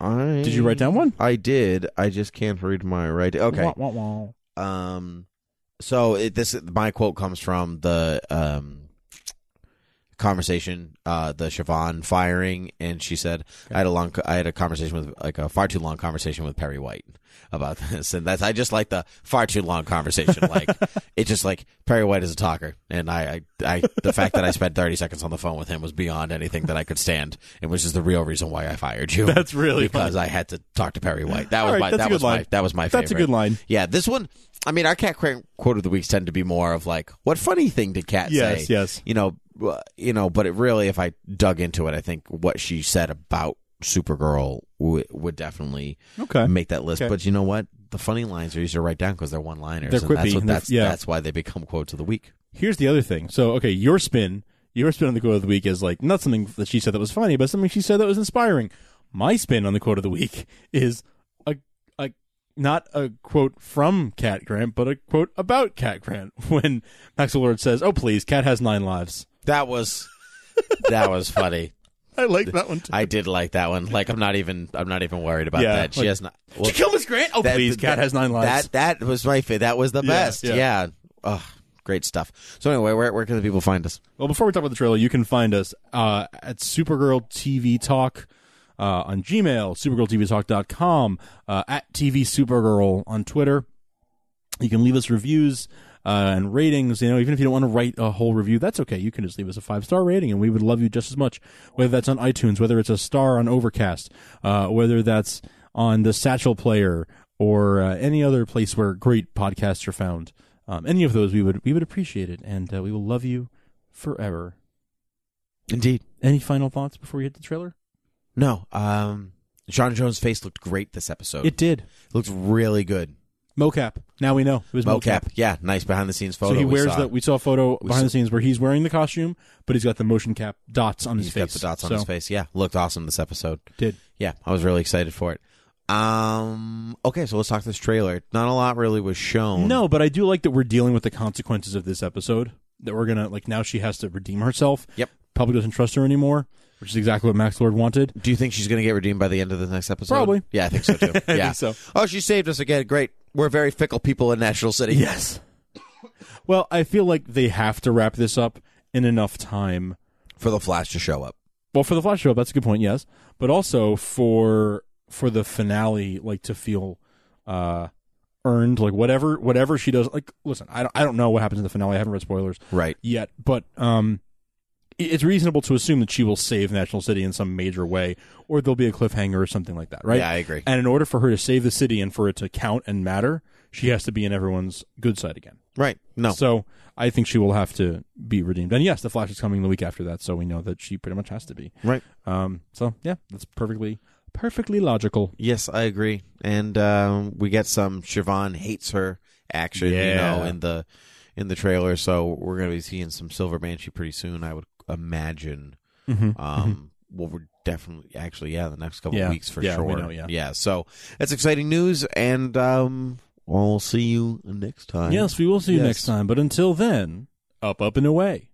I
did you write down one?
I did. I just can't read my writing. Okay.
Wah, wah, wah.
Um. So it, this my quote comes from the um conversation, uh, the Siobhan firing, and she said, "I had a long, I had a conversation with like a far too long conversation with Perry White about this, and that's I just like the far too long conversation. Like it's just like Perry White is a talker, and I, I, I the fact that I spent thirty seconds on the phone with him was beyond anything that I could stand, and which is the real reason why I fired you.
That's really
because I had to talk to Perry White. That
All
was
right,
my
that's a
that
good
was
line.
my that was my favorite.
That's a good line.
Yeah, this one. I mean, our cat crank quote of the weeks tend to be more of like, "What funny thing did Cat
Yes,
say?"
yes.
You know, uh, you know. But it really, if I dug into it, I think what she said about Supergirl w- would definitely
Okay.
make that list.
Okay.
But you know what? The funny lines are easier to write down because they're one liners.
They're
and that's
quippy,
what
and they're-
that's
yeah.
that's why they become quotes of the week.
Here's the other thing. So, okay, your spin, your spin on the quote of the week is like not something that she said that was funny, but something she said that was inspiring. My spin on the quote of the week is a a not a quote from Cat Grant, but a quote about Cat Grant when Maxwell Lord says, "Oh please, Cat has nine lives."
That was that was funny.
I like that one too.
I did like that one. Like, I'm not even I'm not even worried about
Yeah,
that. She
like-
has not. well,
She killed Miss Grant. Oh
That-
please,
that-
Cat has nine lives.
That that was my favorite. That was the best.
yeah.
Yeah. Ugh, great stuff. So anyway, where where can the people find us?
Well, before we talk about the trailer, you can find us uh, at Supergirl TV Talk uh, on Gmail, supergirltvtalk.com, uh, at TV Supergirl on Twitter. You can leave us reviews uh, and ratings. You know, even if you don't want to write a whole review, that's okay. You can just leave us a five star rating, and we would love you just as much. Whether that's on iTunes, whether it's a star on Overcast, uh, whether that's on the Satchel Player or uh, any other place where great podcasts are found, um, any of those, we would we would appreciate it, and uh, we will love you forever.
Indeed.
Any final thoughts before we hit the trailer?
No. Um, John Jones' face looked great this episode.
It did.
looked really good.
Mocap. Now we know it was mocap.
Mocap. Yeah, nice behind the scenes photo.
So he
we
wears
saw.
that. We saw a photo behind
saw-
the scenes where he's wearing the costume, but he's got the motion cap dots on
He's
his
got
face.
the dots on
So,
his face. Yeah, looked awesome this episode.
Did
Yeah, I was really excited for it. Um. Okay, so let's talk this trailer. Not a lot really was shown.
no, but I do like that we're dealing with the consequences of this episode. That we're gonna like now she has to redeem herself.
Yep.
Public doesn't trust her anymore. which is exactly what Max Lord wanted.
Do you think she's going to get redeemed by the end of the next episode?
Probably.
Yeah, I think so too.
I
yeah.
think so.
Oh, she saved us again. Great. We're very fickle people in National City.
Yes. Well, I feel like they have to wrap this up in enough time.
For the Flash to show up.
Well, for the Flash show, that's a good point. Yes, but also for for the finale, like to feel uh earned, like whatever whatever she does. Like, listen, I don't I don't know what happens in the finale. I haven't read spoilers
Right.
yet, but um, i- it's reasonable to assume that she will save National City in some major way, or there'll be a cliffhanger or something like that, right?
Yeah, I agree.
And in order for her to save the city and for it to count and matter, she has to be in everyone's good side again.
Right. No.
So I think she will have to be redeemed. And yes, the Flash is coming the week after that, so we know that she pretty much has to be.
Right.
Um, so yeah, that's perfectly perfectly logical.
Yes, I agree. And um, we get some Siobhan hates her action, you know,
Yeah.
in the in the trailer. So we're going to be seeing some Silver Banshee pretty soon, I would imagine. Um, well, we're definitely actually yeah, the next couple
Yeah.
of weeks for
Yeah,
sure.
we know, yeah.
So that's exciting news, and um, I'll see you next time.
Yes, we will see you
Yes.
next time. But until then, up, up and away.